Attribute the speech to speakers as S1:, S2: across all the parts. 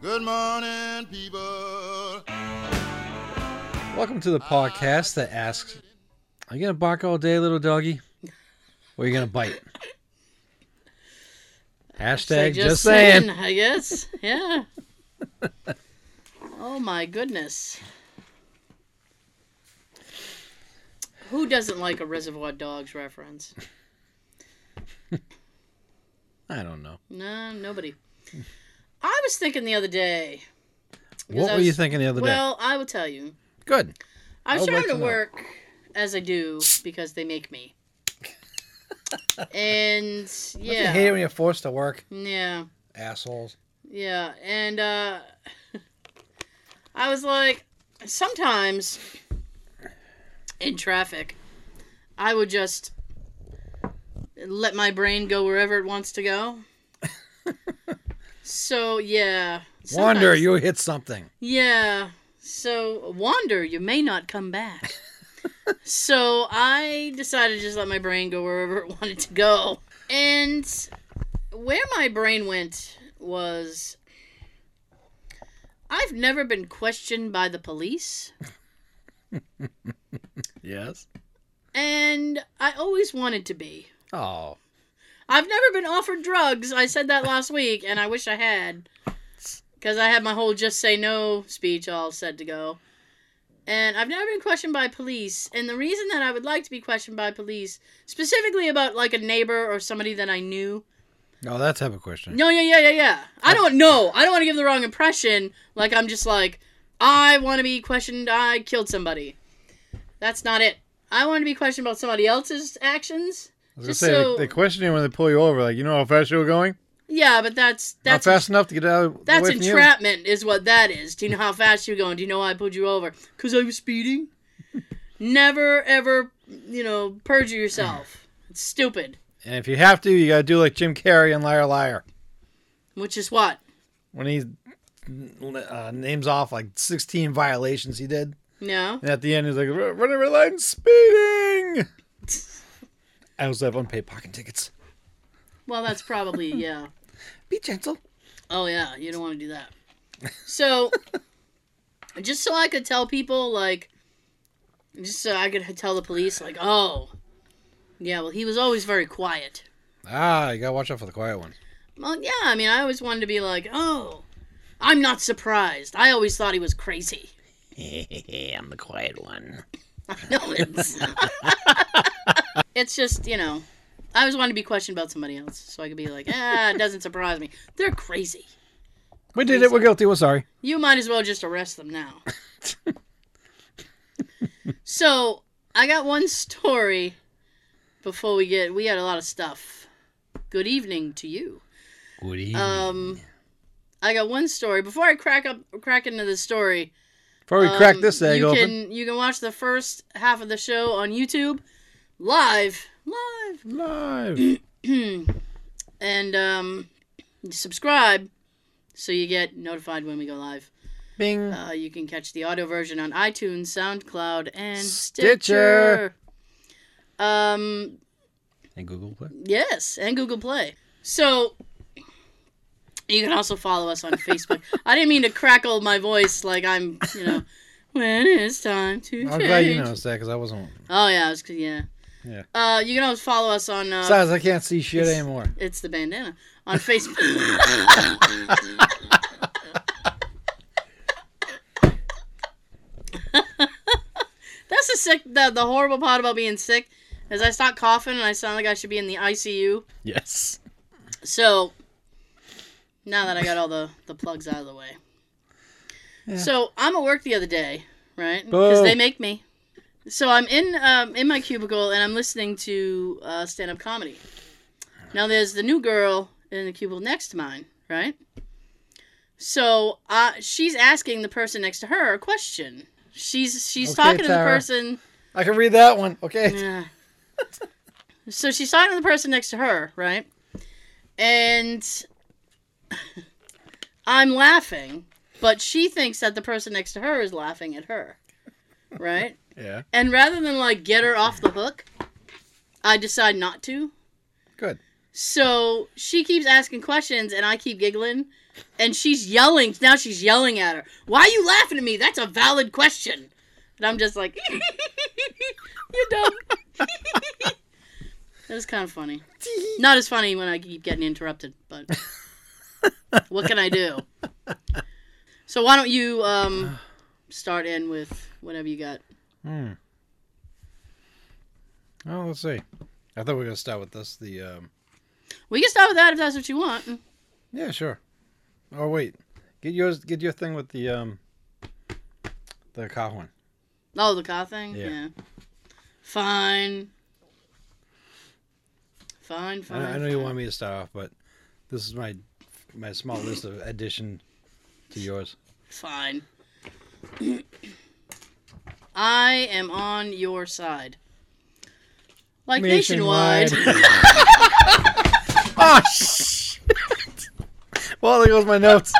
S1: Good morning, people.
S2: Welcome to the podcast that asks, "Are you gonna bark all day, little doggy, or are you gonna bite?" Hashtag just, saying.
S3: I guess. Yeah. oh my goodness. Who doesn't like a Reservoir Dogs reference?
S2: I don't know.
S3: No, nobody. I was thinking the other day.
S2: What
S3: I
S2: were you
S3: was-
S2: thinking the other
S3: Well, I will tell you.
S2: day? Good.
S3: I was
S2: I would
S3: trying
S2: like
S3: to,
S2: to know.
S3: work as I do because they make me. and
S2: Yeah.
S3: yeah,
S2: hate when you're forced to work,
S3: yeah.
S2: assholes.
S3: Yeah, and uh I was like sometimes in traffic I would just let my brain go wherever it wants to go. so yeah.
S2: Wander,
S3: sometimes-
S2: you hit something.
S3: Yeah. So wander, you may not come back. so I decided to just let my brain go wherever it wanted to go. And where my brain went was I've never been questioned by the police,
S2: Yes.
S3: and I always wanted to be.
S2: Oh,
S3: I've never been offered drugs. I said that last week, and I wish I had. Because I had my whole just say no speech all set to go. And I've never been questioned by police. And the reason that I would like to be questioned by police, specifically about like a neighbor or somebody that I knew.
S2: no, that type of question.
S3: No, yeah, yeah, yeah, yeah. I don't know. I don't want to give the wrong impression. Like I'm just like, I want to be questioned. I killed somebody. That's not it. I want to be questioned about somebody else's actions.
S2: I was gonna
S3: Just
S2: say they-
S3: so-
S2: they, question you when they pull you over, like you know how fast you were going,
S3: Yeah, but that's that's
S2: not fast enough to get out. of-
S3: That's
S2: away from you?
S3: entrapment, is what that is. Do you know how fast you're going? Do you know why I pulled you over? Because I was speeding. Never ever, you know, perjure yourself. It's stupid.
S2: And if you have to, you gotta do like Jim Carrey and Liar Liar
S3: Which is what?
S2: when he uh, names off like 16 violations he did,
S3: No.
S2: and at the end he's like, "Run running red light and speeding." I also have unpaid parking tickets.
S3: Well, that's probably yeah.
S2: Be gentle.
S3: Oh yeah, you don't want to do that. So, just so I could tell people, like, just so I could tell the police, like, oh, yeah. Well, he was always very quiet.
S2: Ah, you gotta watch out for the quiet one.
S3: Well, yeah, I mean, I always wanted to be like, oh, I'm not surprised. I always thought he was crazy.
S2: I'm the quiet one.
S3: No, it's. it's just, you know, I always wanted to be questioned about somebody else so I could be like, ah, it doesn't surprise me. They're crazy.
S2: We did it. We're guilty. We're sorry.
S3: You might as well just arrest them now. so, I got one story before we get. We had a lot of stuff. Good evening to you. Um, I got one story before I crack up crack into the story.
S2: Before we
S3: um,
S2: crack this egg
S3: you
S2: open,
S3: Can, you can watch the first half of the show on YouTube, live, live,
S2: live.
S3: and um, subscribe so you get notified when we go live.
S2: Bing.
S3: Uh, you can catch the audio version on iTunes, SoundCloud, and
S2: Stitcher.
S3: Stitcher. Um,
S2: and Google Play.
S3: Yes, and Google Play. So you can also follow us on Facebook. I didn't mean to crackle my voice like I'm, you know, when it's time to
S2: I'm
S3: change.
S2: glad you noticed that because I wasn't.
S3: Oh yeah, it was, yeah.
S2: Yeah.
S3: Uh, you can always follow us on. Uh,
S2: Besides, I can't see shit anymore.
S3: it's the bandana on Facebook. That's the sick. The, the horrible part about being sick is I start coughing and I sound like I should be in the ICU.
S2: Yes.
S3: So now that I got all the the plugs out of the way, so I'm at work the other day, right? Because
S2: Boo.
S3: they make me. So I'm in um, in my cubicle and I'm listening to uh, stand up comedy. Now there's the new girl in the cubicle next to mine, right? So uh, she's asking the person next to her a question. She's she's
S2: Okay,
S3: talking to the
S2: Tara.
S3: person.
S2: I can read that one. Okay.
S3: Yeah. so she's talking to the person next to her, right? And I'm laughing, but she thinks that the person next to her is laughing at her, right?
S2: Yeah.
S3: And rather than like get her off the hook, I decide not to.
S2: Good.
S3: So she keeps asking questions, and I keep giggling, and she's yelling. Now she's yelling at her. Why are you laughing at me? That's a valid question. And I'm just like, you dumb. that was kind of funny. Not as funny when I keep getting interrupted, but what can I do? So why don't you um, start in with whatever you got?
S2: Hmm. Well, let's see. I thought we were gonna start with this. The um.
S3: We can start with that if that's what you want.
S2: Yeah, sure. Oh wait, get yours. Get your thing with the um. The car one.
S3: Oh, the car thing?
S2: Yeah.
S3: Fine. Fine,
S2: I,
S3: fine.
S2: know- I know you
S3: fine.
S2: want me to start off, but this is my my small list of addition to yours.
S3: Fine. I am on your side. Like nationwide.
S2: oh shit! well, there goes my notes.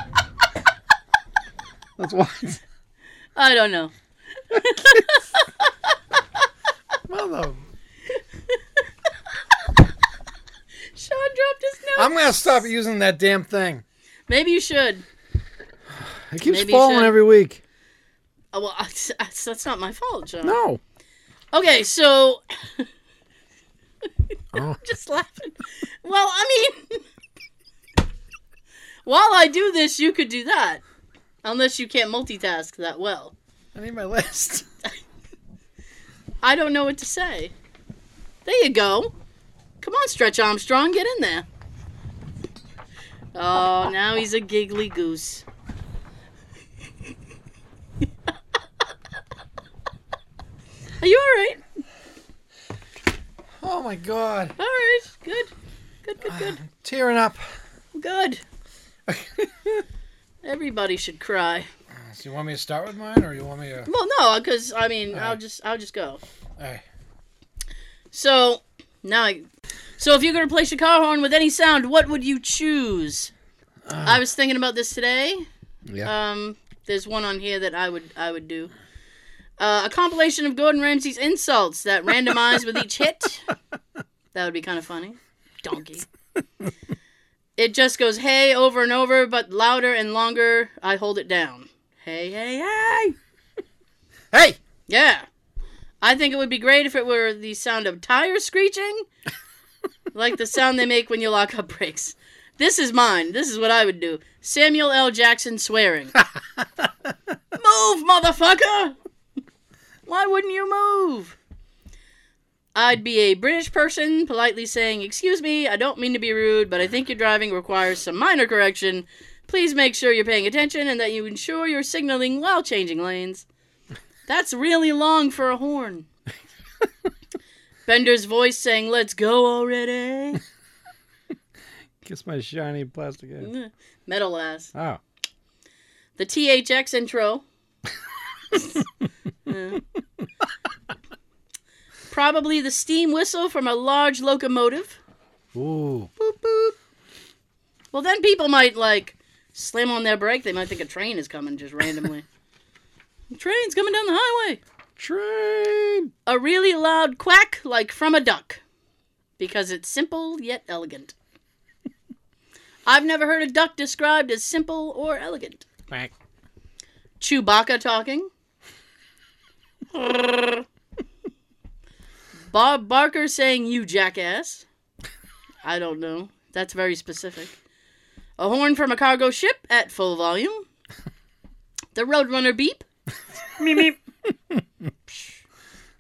S2: That's what.
S3: I don't know.
S2: Mother.
S3: Sean dropped his note.
S2: I'm gonna stop using that damn thing.
S3: Maybe you should.
S2: It keeps
S3: Maybe you
S2: falling
S3: should.
S2: every week.
S3: Oh, well, that's not my fault, Sean.
S2: No.
S3: Okay, so
S2: Oh.
S3: just laughing. Well, I mean, while I do this, you could do that, unless you can't multitask that well.
S2: I need my list.
S3: I don't know what to say. There you go. Come on, Stretch Armstrong, get in there. Oh, now he's a giggly goose. Are you all right?
S2: Oh my god.
S3: All right, good, good, good, good.
S2: Tearing up.
S3: Good.
S2: so
S3: Everybody should cry.
S2: Uh, you want me to start with mine or you want me to
S3: Well, no, because I mean, I'll
S2: Alright.
S3: just I'll just go.
S2: Alright.
S3: So now, I, so if you're gonna play Chicago horn with any sound, what would you choose? I was thinking about this today.
S2: Yeah.
S3: Um, there's one on here that I would I would do. Uh, a compilation of Gordon Ramsay's insults that randomize with each hit. That would be kind of funny. Donkey. It just goes hey over and over, but louder and longer. I hold it down. Hey hey hey.
S2: Hey!
S3: Yeah. I think it would be great if it were the sound of tires screeching, like the sound they make when you lock up brakes. This is mine. This is what I would do. Samuel L. Jackson swearing. move, motherfucker! Why wouldn't you move? I'd be a British person politely saying, Excuse me, I don't mean to be rude, but I think your driving requires some minor correction. Please make sure you're paying attention and that you ensure you're signaling while changing lanes. That's really long for a horn. Bender's voice saying, Let's go already.
S2: Kiss my shiny plastic head.
S3: Metal ass.
S2: Oh.
S3: The THX intro. Yeah. Probably the steam whistle from a large locomotive.
S2: Oh. Ooh.
S3: Well, then people might like slam on their brake. They might think a train is coming just randomly. Train's coming down the highway.
S2: Train!
S3: A really loud quack, like from a duck, because it's simple yet elegant. I've never heard a duck described as simple or elegant.
S2: Quack.
S3: Chewbacca talking. Bob Barker saying, You jackass. I don't know. That's very specific. A horn from a cargo ship at full volume. The Roadrunner beep. Meep, meep.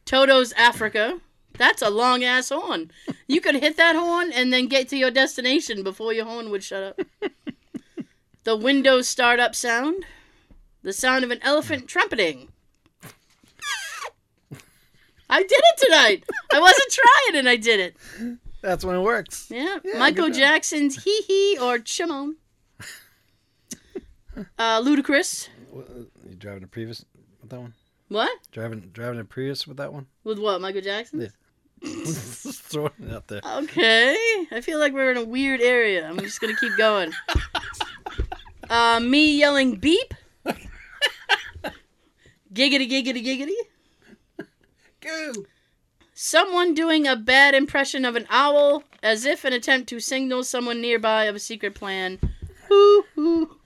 S3: Toto's Africa. That's a long ass horn. You could hit that horn and then get to your destination before your horn would shut up. the Windows startup sound the sound of an elephant trumpeting. I did it tonight. I wasn't trying and I did it.
S2: That's when it works.
S3: Yeah.
S2: Yeah,
S3: Michael
S2: good job.
S3: Jackson's hee hee or chimon. Uh, ludicrous.
S2: uh, You driving a Prius with that one?
S3: What?
S2: Driving driving a Prius with that one?
S3: With what? Michael Jackson?
S2: Yeah. Just throwing it out there.
S3: Okay. I feel like we're in a weird area. I'm just going to keep going. Uh, me yelling beep. Giggity, giggity, giggity.
S2: Go!
S3: Someone doing a bad impression of an owl as if an attempt to signal someone nearby of a secret plan. Hoo hoo.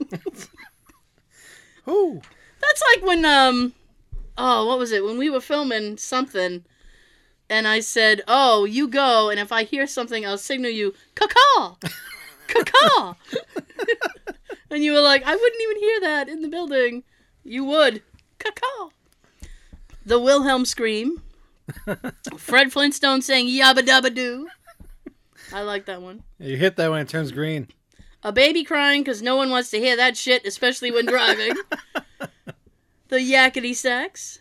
S2: Ooh.
S3: That's like when um oh, what was it? When we were filming something and I said, "Oh, you go and if I hear something, I'll signal you caw caw." and you were like, "I wouldn't even hear that in the building." You would. Caw The Wilhelm scream. Fred Flintstone saying yabba dabba doo. I like that one.
S2: Yeah, you hit that when it turns green.
S3: A baby crying because no one wants to hear that shit, especially when driving. the yakety sax.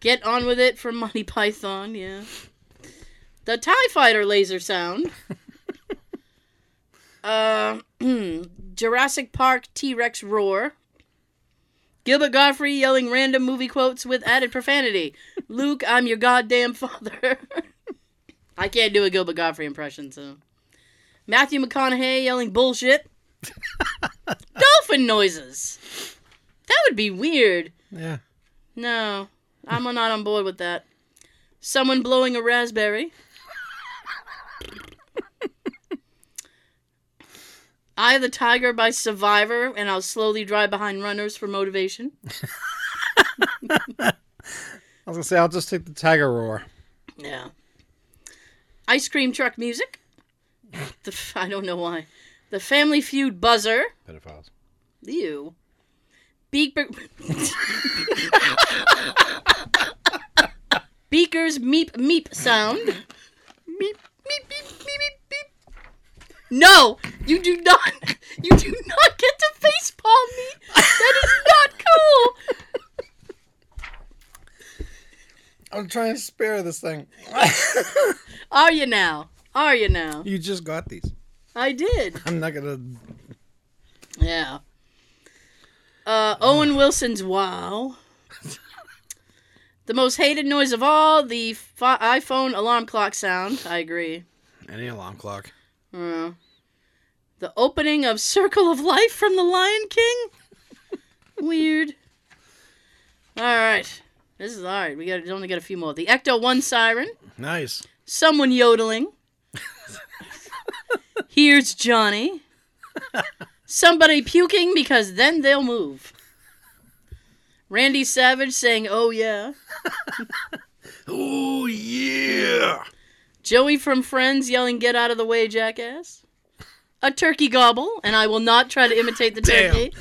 S3: Get on with it from Monty Python, yeah. The TIE fighter laser sound. uh, Jurassic Park T Rex roar. Gilbert Godfrey yelling random movie quotes with added profanity. Luke, I'm your goddamn father. I can't do a Gilbert Godfrey impression, so. Matthew McConaughey yelling bullshit. Dolphin noises. That would be weird.
S2: Yeah.
S3: No, I'm not on board with that. Someone blowing a raspberry. I the Tiger by Survivor, and I'll slowly drive behind runners for motivation.
S2: I was gonna say I'll just take the tiger roar.
S3: Yeah. Ice cream truck music. The f- I don't know why. The Family Feud buzzer.
S2: Pedophiles.
S3: Ew. Beaker. Beaker's meep meep sound. Meep meep meep meep meep meep. No, you do not. You do not get to face palm me. That is not cool.
S2: I'm trying to spare this thing.
S3: Are you now? Are you now?
S2: you just got these.
S3: I did.
S2: I'm not gonna.
S3: Yeah. Uh, Owen Wilson's wow. The most hated noise of all, the fi- iPhone alarm clock sound. I agree.
S2: Any alarm clock.
S3: Uh, the opening of Circle of Life from The Lion King? Weird. All right. This is all right. We got only got a few more. The Ecto 1 siren,
S2: Nice.
S3: someone yodeling. Here's Johnny. Somebody puking because then they'll move. Randy Savage saying, "Oh yeah."
S2: Oh yeah.
S3: Joey from Friends yelling, "Get out of the way, jackass!" A turkey gobble, and I will not try to imitate the
S2: Damn.
S3: turkey.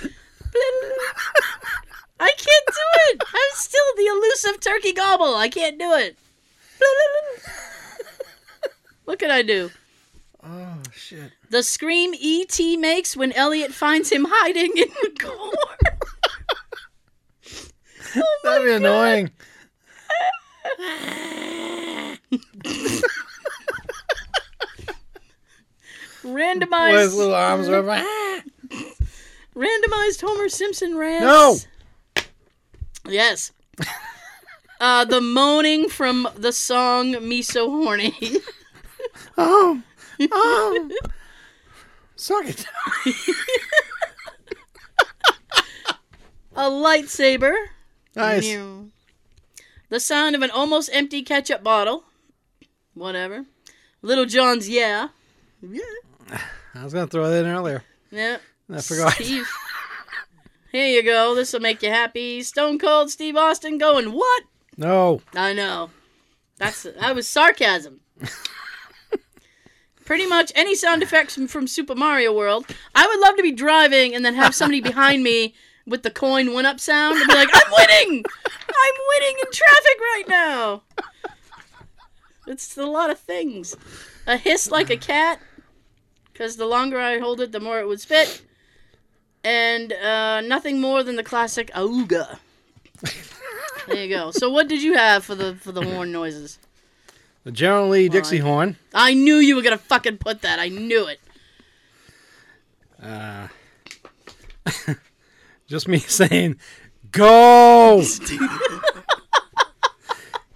S3: I can't do it. I'm still the elusive turkey gobble. I can't do it. What can I do?
S2: Oh shit.
S3: The scream E.T. makes when Elliot finds him hiding in the corn.
S2: That'd be annoying. With his
S3: Randomized,
S2: little arms over.
S3: randomized Homer Simpson rants.
S2: No.
S3: Yes. uh, the moaning from the song "Me So Horny."
S2: Oh. Oh. Suck it.
S3: a lightsaber.
S2: Nice.
S3: Meow. The sound of an almost empty ketchup bottle. Whatever. Little John's yeah. Yeah.
S2: I was gonna throw that in earlier.
S3: Yeah.
S2: I forgot.
S3: Steve. Here you go. This will make you happy. Stone Cold Steve Austin going what?
S2: No.
S3: I know. That's that was sarcasm. Pretty much any sound effects from, from Super Mario World. I would love to be driving and then have somebody behind me with the coin one up sound and be like, "I'm winning! I'm winning in traffic right now." It's a lot of things. A hiss like a cat, because the longer I hold it, the more it would spit, and uh, nothing more than the classic "auga." There you go. So what did you have for the for the horn noises?
S2: The General Lee Dixie horn.
S3: I knew you were gonna fucking put that. I knew it.
S2: Uh, just me saying, go.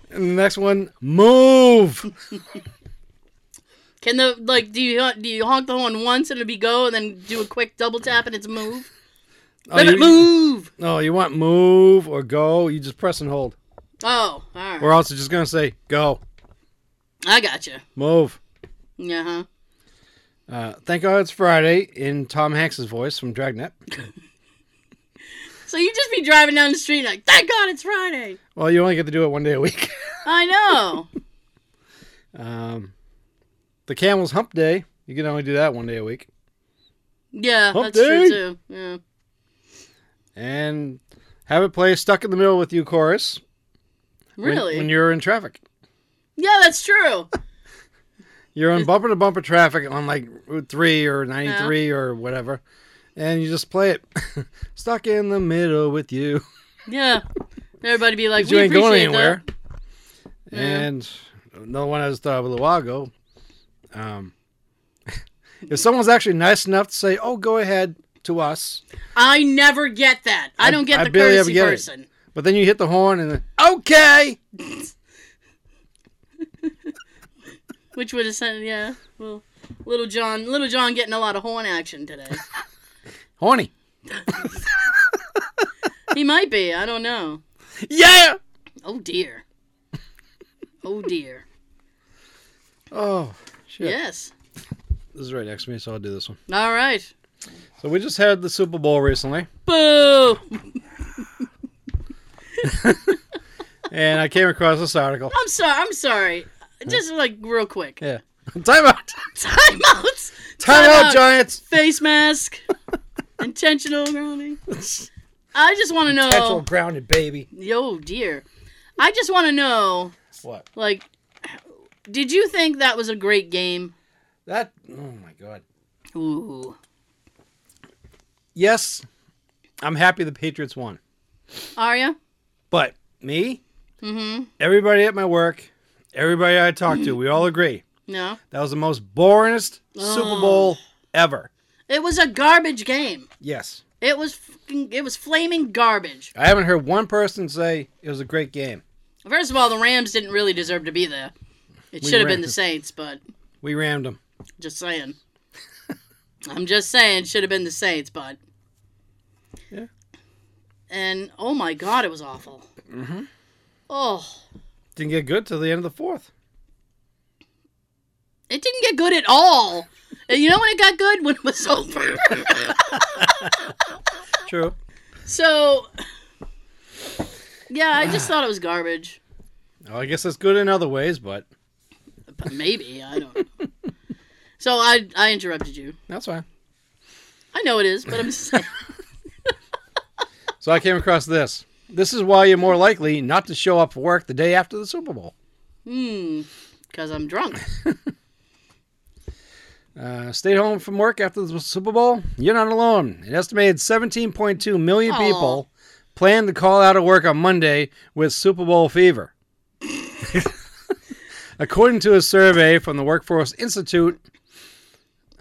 S2: and the next one, move.
S3: Can the like do you hon- do you honk the horn once and it'll be go and then do a quick double tap and it's move?
S2: Oh,
S3: Let
S2: you, oh,
S3: it move.
S2: No, you want move or go? You just press and hold.
S3: Oh, all right.
S2: Or else it's just going to say, go,
S3: I gotcha.
S2: move.
S3: Yeah, huh?
S2: Uh, thank God it's Friday in Tom Hanks's voice from Dragnet.
S3: So you just be driving down the street like, thank God it's Friday.
S2: Well, you only get to do it one day a week.
S3: I know.
S2: Um, the Camel's Hump Day. You can only do that one day a week.
S3: Yeah,
S2: Hump
S3: that's true
S2: day.
S3: too. Yeah.
S2: And have it play Stuck in the Middle with You chorus when-
S3: Really?
S2: when you're in traffic.
S3: yeah, that's true.
S2: You're on bumper to bumper traffic on like Route 3 or 93 or whatever, and you just play it. Stuck in the middle with you.
S3: Yeah. Everybody be like,
S2: 'Cause
S3: we
S2: you ain't going
S3: appreciate
S2: anywhere.
S3: Yeah.
S2: And another one I just thought of a little while ago. Um, if someone's actually nice enough to say, oh, go ahead to us,
S3: that. I never get that. I,
S2: I-
S3: don't get
S2: I
S3: the
S2: barely ever
S3: courtesy
S2: get it.
S3: person.
S2: but then you hit the horn and then, okay.
S3: Which would have sent, yeah. Well, little John, little John getting a lot of horn action today.
S2: Horny.
S3: he might be. I don't know.
S2: Yeah.
S3: Oh dear. Oh dear.
S2: Oh, shit.
S3: Yes.
S2: This is right next to me, so I'll do this one.
S3: All right.
S2: So we just had the Super Bowl recently.
S3: Boo.
S2: and I came across this article.
S3: I'm sorry. I'm sorry. Just like real quick.
S2: Yeah. Time out.
S3: Timeouts.
S2: Time, out,
S3: Timeout.
S2: Giants.
S3: Face mask. Intentional grounding. I just want to
S2: Actual
S3: know.
S2: grounded, baby.
S3: Oh dear. I just want to know.
S2: What?
S3: Like, did you think that was a great game?
S2: That. Oh my god.
S3: Ooh.
S2: Yes, I'm happy the Patriots won,
S3: Are you?
S2: but me,
S3: Mm-hmm.
S2: everybody at my work, everybody I talked to, we all agree
S3: No.
S2: that was the most boringest Super
S3: Ugh.
S2: Bowl ever.
S3: It was a garbage game.
S2: Yes,
S3: It was fucking, it was flaming garbage.
S2: I haven't heard one person say it was a great game.
S3: First of all, the Rams didn't really deserve to be there. It
S2: We
S3: should have
S2: ran-
S3: been the Saints, but
S2: We rammed them.
S3: just saying. I'm just saying, should have been the Saints, but.
S2: Yeah.
S3: And oh my God, it was awful. Mm-hmm. Oh,
S2: Didn't get good till the end of the fourth.
S3: it didn't get good at all. and you know when it got good when it was over.
S2: True.
S3: so. Yeah, I just thought it was garbage.
S2: Well, I guess that's good in other ways, but
S3: But maybe I don't. know. so I I interrupted you.
S2: that's fine.
S3: I know it is, but I'm just saying.
S2: So I came across this. This is why you're more likely not to show up for work the day after the Super Bowl.
S3: Hmm. Because I'm drunk.
S2: Uh, stayed home from work after the Super Bowl? You're not alone. An estimated 17.2 million
S3: Aw.
S2: people plan to call out of work on Monday with Super Bowl fever. According to a survey from the Workforce Institute,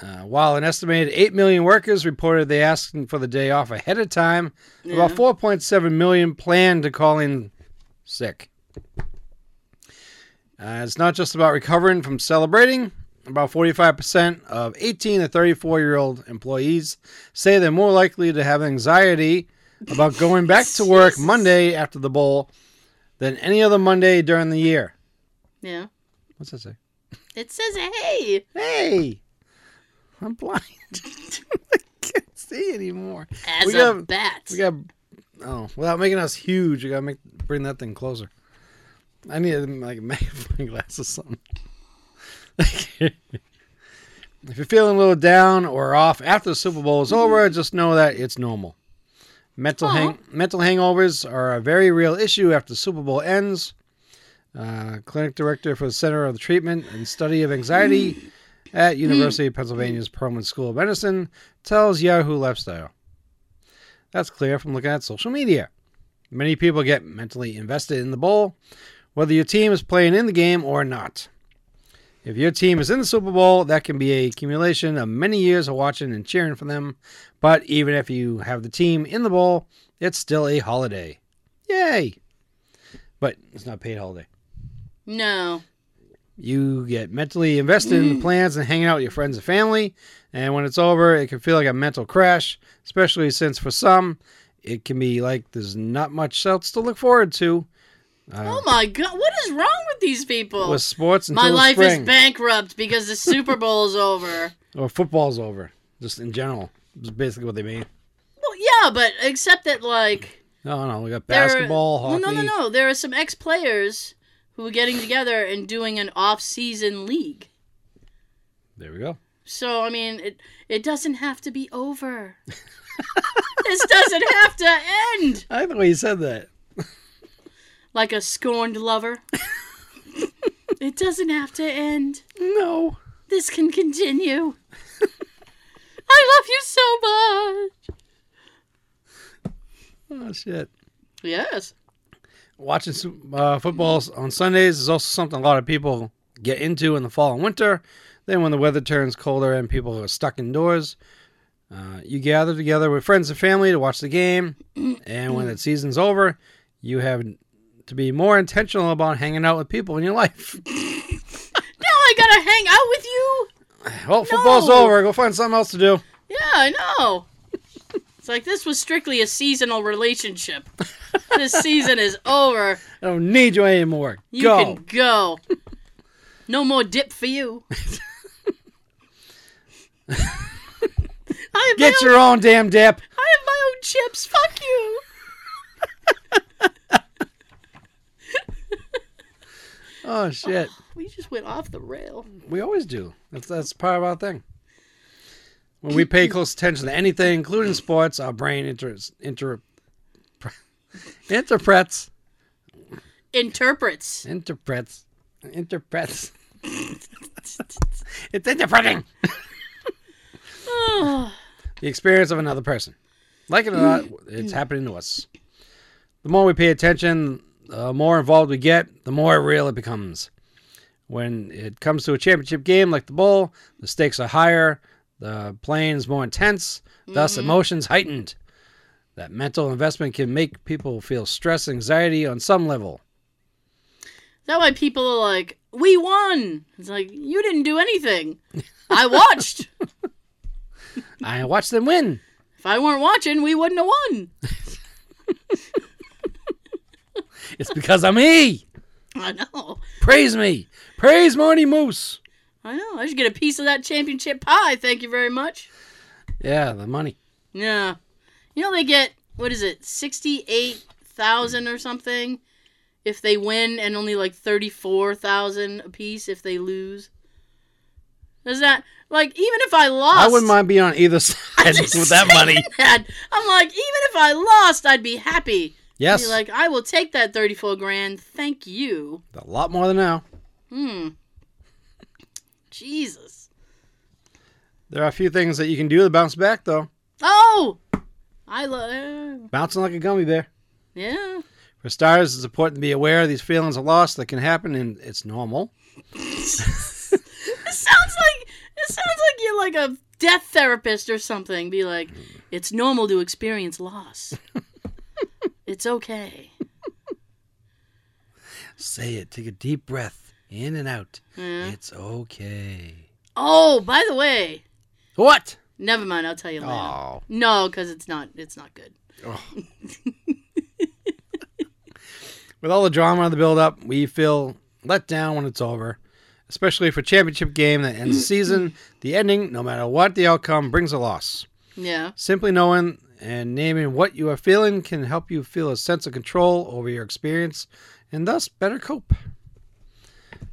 S2: uh, while an estimated 8 million workers reported they asked for the day off ahead of time, about 4.7 million planned to call in sick. Uh, it's not just about recovering from celebrating. About 45% of 18 to 34 year old employees say they're more likely to have anxiety about going back to work
S3: Jesus.
S2: Monday after the bowl than any other Monday during the year.
S3: Yeah.
S2: What's that say?
S3: It says hey.
S2: Hey, I'm blind. I can't see anymore.
S3: As
S2: We
S3: a
S2: got-
S3: bat.
S2: We got oh, without making us huge, we gotta make bring that thing closer. I need to like magnifying glass or something. if you're feeling a little down or off after the Super Bowl is over, just know that it's normal. Mental hang- mental hangovers are a very real issue after the Super Bowl ends. Uh, clinic director for the Center of the Treatment and Study of Anxiety at University of Pennsylvania's Perelman School of Medicine tells Yahoo Lifestyle. That's clear from looking at social media. Many people get mentally invested in the bowl, whether your team is playing in the game or not. If your team is in the Super Bowl, that can be a accumulation of many years of watching and cheering for them. But even if you have the team in the bowl, it's still a holiday. Yay! But it's not paid holiday.
S3: no.
S2: You get mentally invested in the
S3: Mm.
S2: plans and hanging out with your friends and family, and when it's over, it can feel like a mental crash, especially since for some, it can be like there's not much else to look forward to Uh,
S3: Oh my god, what is wrong with these people?
S2: with sports until
S3: My
S2: the
S3: life
S2: spring,
S3: is bankrupt because the Super Bowl's over.
S2: or football's over. Just in general, is basically what they mean.
S3: Well, yeah, but except that like
S2: No, no, we got
S3: there are-
S2: basketball,
S3: Well,
S2: hockey.
S3: no, no, no. There are some ex-players who are getting together and doing an off-season league.
S2: There we go.
S3: So I mean, it it doesn't have to be over. this doesn't have to end
S2: I like the way you said that.
S3: like a scorned lover. it doesn't have to end.
S2: No.
S3: This can continue. I love you so much.
S2: Oh shit.
S3: Yes.
S2: Watching some, uh, football on Sundays is also something a lot of people get into in the fall and winter. Then, when the weather turns colder and people are stuck indoors, uh, you gather together with friends and family to watch the game. and when the season's over, you have to be more intentional about hanging out with people in your life.
S3: Now I gotta hang out with you.
S2: well, football's
S3: No.
S2: over. Go find something else to do.
S3: Yeah, I know. It's like this was strictly a seasonal relationship. this season is over.
S2: I don't need you anymore.
S3: You
S2: go.
S3: can go. No more dip for you. I have
S2: Get
S3: my
S2: your own damn dip.
S3: own, I have my own chips. Fuck you.
S2: Oh, shit.
S3: We just went off the rail.
S2: We always do. That's that's part of our thing. When we pay close attention to anything, including sports, our brain inter inter interprets
S3: Interprets.
S2: interprets interprets. it's interpreting
S3: Oh,
S2: the experience of another person. Like it or not, it's happening to us. The more we pay attention, the more involved we get, the more real it becomes. When it comes to a championship game like the bowl, the stakes are higher, the playing is more intense, thus emotions heightened. That mental investment can make people feel stress, anxiety on some level.
S3: is that why people are like, "We won." It's like you didn't do anything. I watched.
S2: I watch them win.
S3: if I weren't watching, we wouldn't have won.
S2: It's because of me.
S3: I know.
S2: Praise me. Praise Marty Moose.
S3: I know. I should get a piece of that championship pie. Thank you very much.
S2: Yeah, the money.
S3: Yeah. You know they get what is it, sixty eight thousand or something if they win and only like thirty four thousand apiece if they lose. Is that like even if I lost
S2: I wouldn't mind being on either side with that money.
S3: I'd- I'm like, even if I lost, I'd be happy. I'd
S2: Yes,
S3: Be like, I will take that thirty four grand, thank you.
S2: a lot more than now.
S3: Hmm. Jesus.
S2: There are a few things that you can do to bounce back, though.
S3: Oh I love
S2: Bouncing like a gummy bear.
S3: Yeah.
S2: For starters, it's important to be aware of these feelings of loss that can happen, and it's normal.
S3: It sounds like it sounds like you're like a death therapist or something. Be like, it's normal to experience loss. it's okay.
S2: Say it. Take a deep breath in and out.
S3: Yeah.
S2: It's okay.
S3: Oh, by the way,
S2: What?
S3: never mind. I'll tell you later.
S2: Oh,
S3: No, because it's not. It's not good.
S2: with all the drama of the build-up, we feel let down when it's over. Especially for championship game that ends the season, the ending, no matter what the outcome, brings a loss.
S3: Yeah.
S2: Simply knowing and naming what you are feeling can help you feel a sense of control over your experience and thus better cope.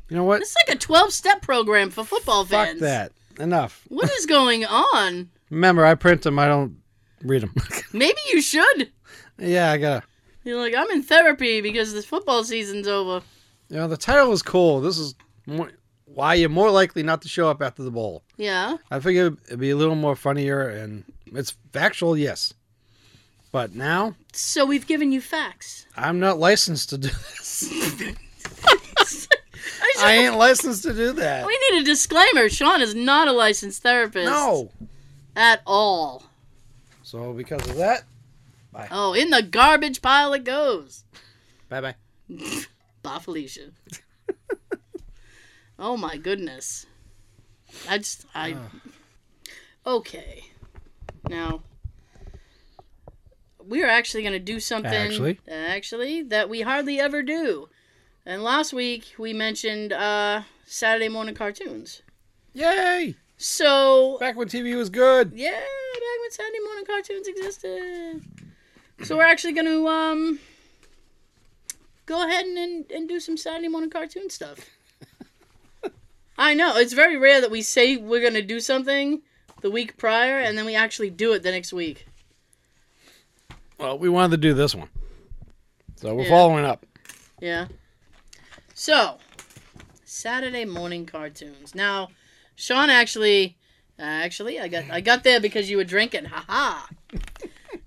S2: You know what?
S3: It's like a twelve-step program for football
S2: Fuck
S3: fans.
S2: that. Enough.
S3: What is going on?
S2: Remember, I print them, I don't read them.
S3: Maybe you should.
S2: yeah, I gotta.
S3: You're like, I'm in therapy because the football season's over.
S2: You know, the title is cool. This is more, why you're more likely not to show up after the bowl.
S3: Yeah.
S2: I figure it'd be a little more funnier and it's factual, yes. But now,
S3: So we've given you facts.
S2: I'm not licensed to do this.
S3: I should-
S2: I ain't licensed to do that.
S3: We need a disclaimer. Sean is not a licensed therapist.
S2: No.
S3: At all.
S2: So because of that,
S3: Oh, in the garbage pile it goes.
S2: bye bye.
S3: Bah, Felicia. oh my goodness. I just I Okay. Now we are actually going to do something
S2: Actually.
S3: actually, that we hardly ever do. And last week we mentioned uh, Saturday morning cartoons.
S2: Yay!
S3: So
S2: Back when TV was good.
S3: yeah, back when Saturday morning cartoons existed. So we're actually going to um go ahead and, and and do some Saturday morning cartoon stuff. I know it's very rare that we say we're going to do something the week prior and then we actually do it the next week.
S2: Well, we wanted to do this one. So we're
S3: Yeah.
S2: following up.
S3: Yeah. So, Saturday morning cartoons. Now, Sean actually, uh, actually, I got I got there because you were drinking. Ha ha.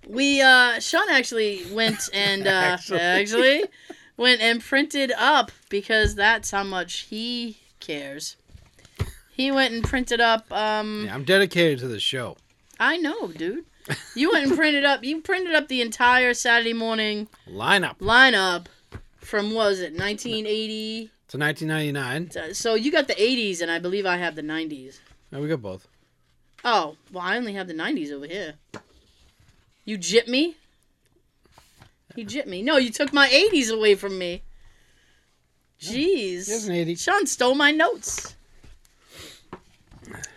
S3: We uh, Sean actually went and uh,
S2: Actually.
S3: actually. went and printed up because that's how much he cares. He went and printed up. Um,
S2: Yeah, I'm dedicated to the show.
S3: I know, dude. You went and printed up. You printed up the entire Saturday morning
S2: Lineup
S3: lineup from what was it 1980.
S2: to 1999.
S3: Uh, So you got the 80s, and I believe I have the 90s.
S2: No, we got both.
S3: Oh, well, I only have the 90s over here. You jip me? You jip me? No, you took my 80s away from me. Jeez.
S2: Here's an 80.
S3: Sean stole my notes.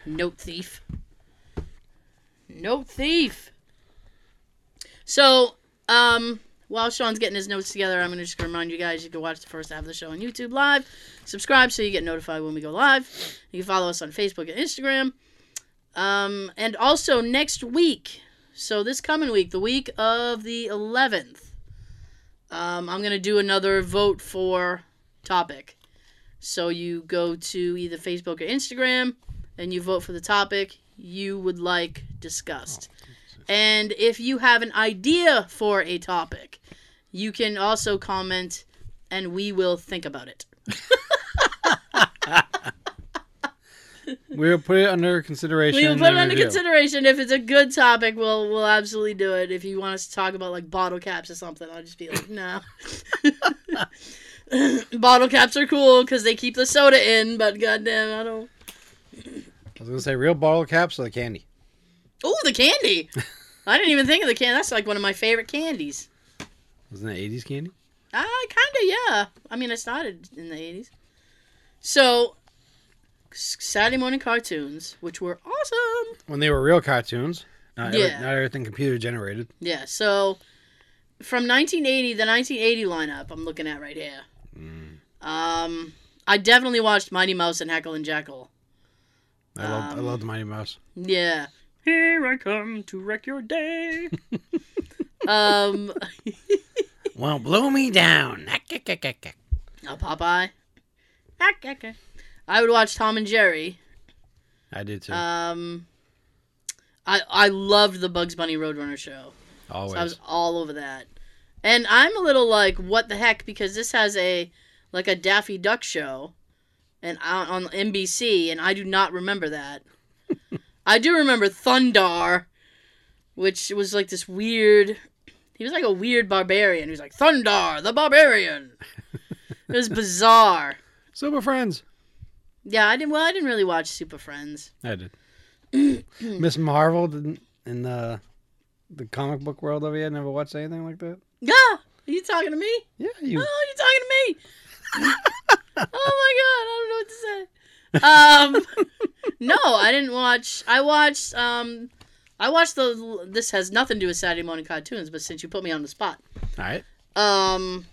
S3: Note thief. Note thief. So, um, while Sean's getting his notes together, I'm gonna just remind you guys you can watch the first half of the show on YouTube live. Subscribe so you get notified when we go live. You can follow us on Facebook and Instagram. Um, and also next week, so this coming week, the week of the 11th, um, I'm gonna do another vote for topic. So you go to either Facebook or Instagram and you vote for the topic you would like discussed. And if you have an idea for a topic, you can also comment and we will think about it.
S2: We'll put it under consideration.
S3: We will put it
S2: and
S3: under
S2: review.
S3: consideration. If it's a good topic, we'll we'll absolutely do it. If you want us to talk about like bottle caps or something, I'll just be like, no. bottle caps are cool because they keep the soda in, but goddamn, I don't.
S2: I was gonna say real bottle caps or the candy.
S3: Oh, the candy! I didn't even think of the candy. That's like one of my favorite candies.
S2: Wasn't that 80s candy?
S3: Ah, kind of, yeah. I mean, I started in the 80s. So, s- Saturday morning cartoons, which were awesome.
S2: When they were real cartoons. Not, every-
S3: Yeah.
S2: not everything computer generated.
S3: Yeah, so from 1980, the 1980 lineup I'm looking at right here. Um, I definitely watched Mighty Mouse and Heckle and Jekyll.
S2: I loved, I
S3: Um,
S2: loved Mighty Mouse.
S3: Yeah. Here I come to wreck your day. um,
S2: Well, blow me down.
S3: Now Popeye. Ah, ah, ah. I would watch Tom and Jerry.
S2: I did too.
S3: Um, I I loved the Bugs Bunny Roadrunner show.
S2: Always.
S3: So I was all over that. And I'm a little like, what the heck? Because this has a like a Daffy Duck show, and on on NBC, and I do not remember that. I do remember Thundar, which was like this weird. He was like a weird barbarian. He was like Thundar, the barbarian. it was bizarre.
S2: Super Friends.
S3: Yeah, I didn't. Well, I didn't really watch Super Friends.
S2: I did. Miss Marvel didn't in the the comic book world over here never watched anything like that.
S3: Yeah, are you talking to me?
S2: Yeah, you.
S3: Oh, you're talking to me. oh my god, I don't know what to say. Um, no, I didn't watch. I watched. Um, I watched the. This has nothing to do with Saturday morning cartoons, but since you put me on the spot,
S2: All right.
S3: um,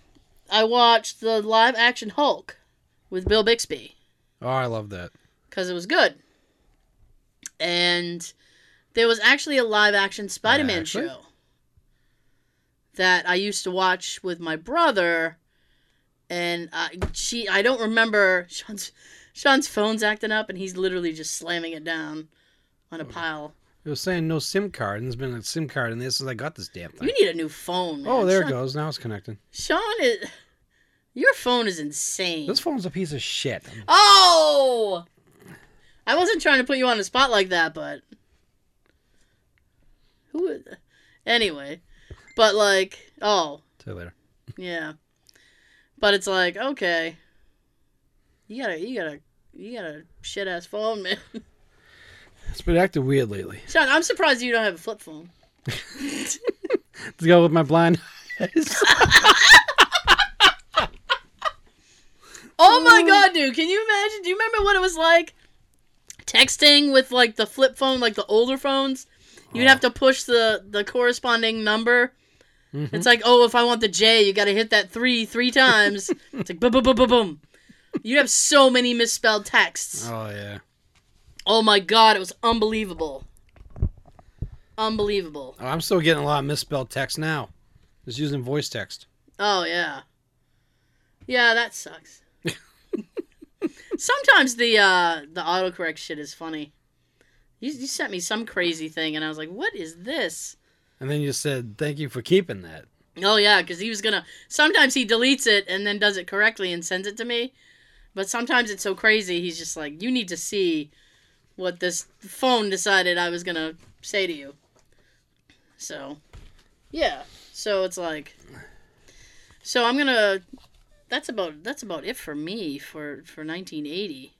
S3: I watched the live action Hulk with Bill Bixby
S2: Oh, I love that.
S3: because it was good, and there was actually a live action Spider Man
S2: Actually?
S3: show that I used to watch with my brother, and I, she I don't remember Sean's Sean's phone's acting up, and he's literally just slamming it down on a pile.
S2: It was saying no SIM card, and there's been a SIM card in there since I got this damn thing.
S3: You need a new phone. Man.
S2: oh, there it
S3: Sean,
S2: goes. Now it's connecting.
S3: Sean is your phone is insane.
S2: This phone's a piece of shit.
S3: oh, I wasn't trying to put you on the spot like that, but who? is- Anyway, but like, oh,
S2: See you later.
S3: Yeah. But it's like, okay. You gotta you gotta you got a shit ass phone, man.
S2: It's been acting weird lately.
S3: Sean, I'm surprised you don't have a flip phone.
S2: to go with my blind eyes.
S3: Oh my god, dude! Can you imagine? Do you remember what it was like texting with like the flip phone, like the older phones? You'd have to push the the corresponding number.
S2: Mm-hmm.
S3: It's like, oh, if I want the J, you got to hit that three three times. it's like boom, boom, boom, boom, boom. You'd have so many misspelled texts.
S2: oh yeah.
S3: Oh my god, it was unbelievable. Unbelievable.
S2: Oh, I'm still getting a lot of misspelled text now. Just using voice text.
S3: Oh yeah. Yeah, that sucks. Sometimes the uh the autocorrect shit is funny. You, you sent me some crazy thing and I was like, "What is this?"
S2: And then you said, "Thank you for keeping that."
S3: Oh yeah, cuz he was going to Sometimes he deletes it and then does it correctly and sends it to me. But sometimes it's so crazy he's just like, "You need to see what this phone decided I was going to say to you." So, yeah. So it's like So I'm gonna. That's about that's about it for me for for 1980.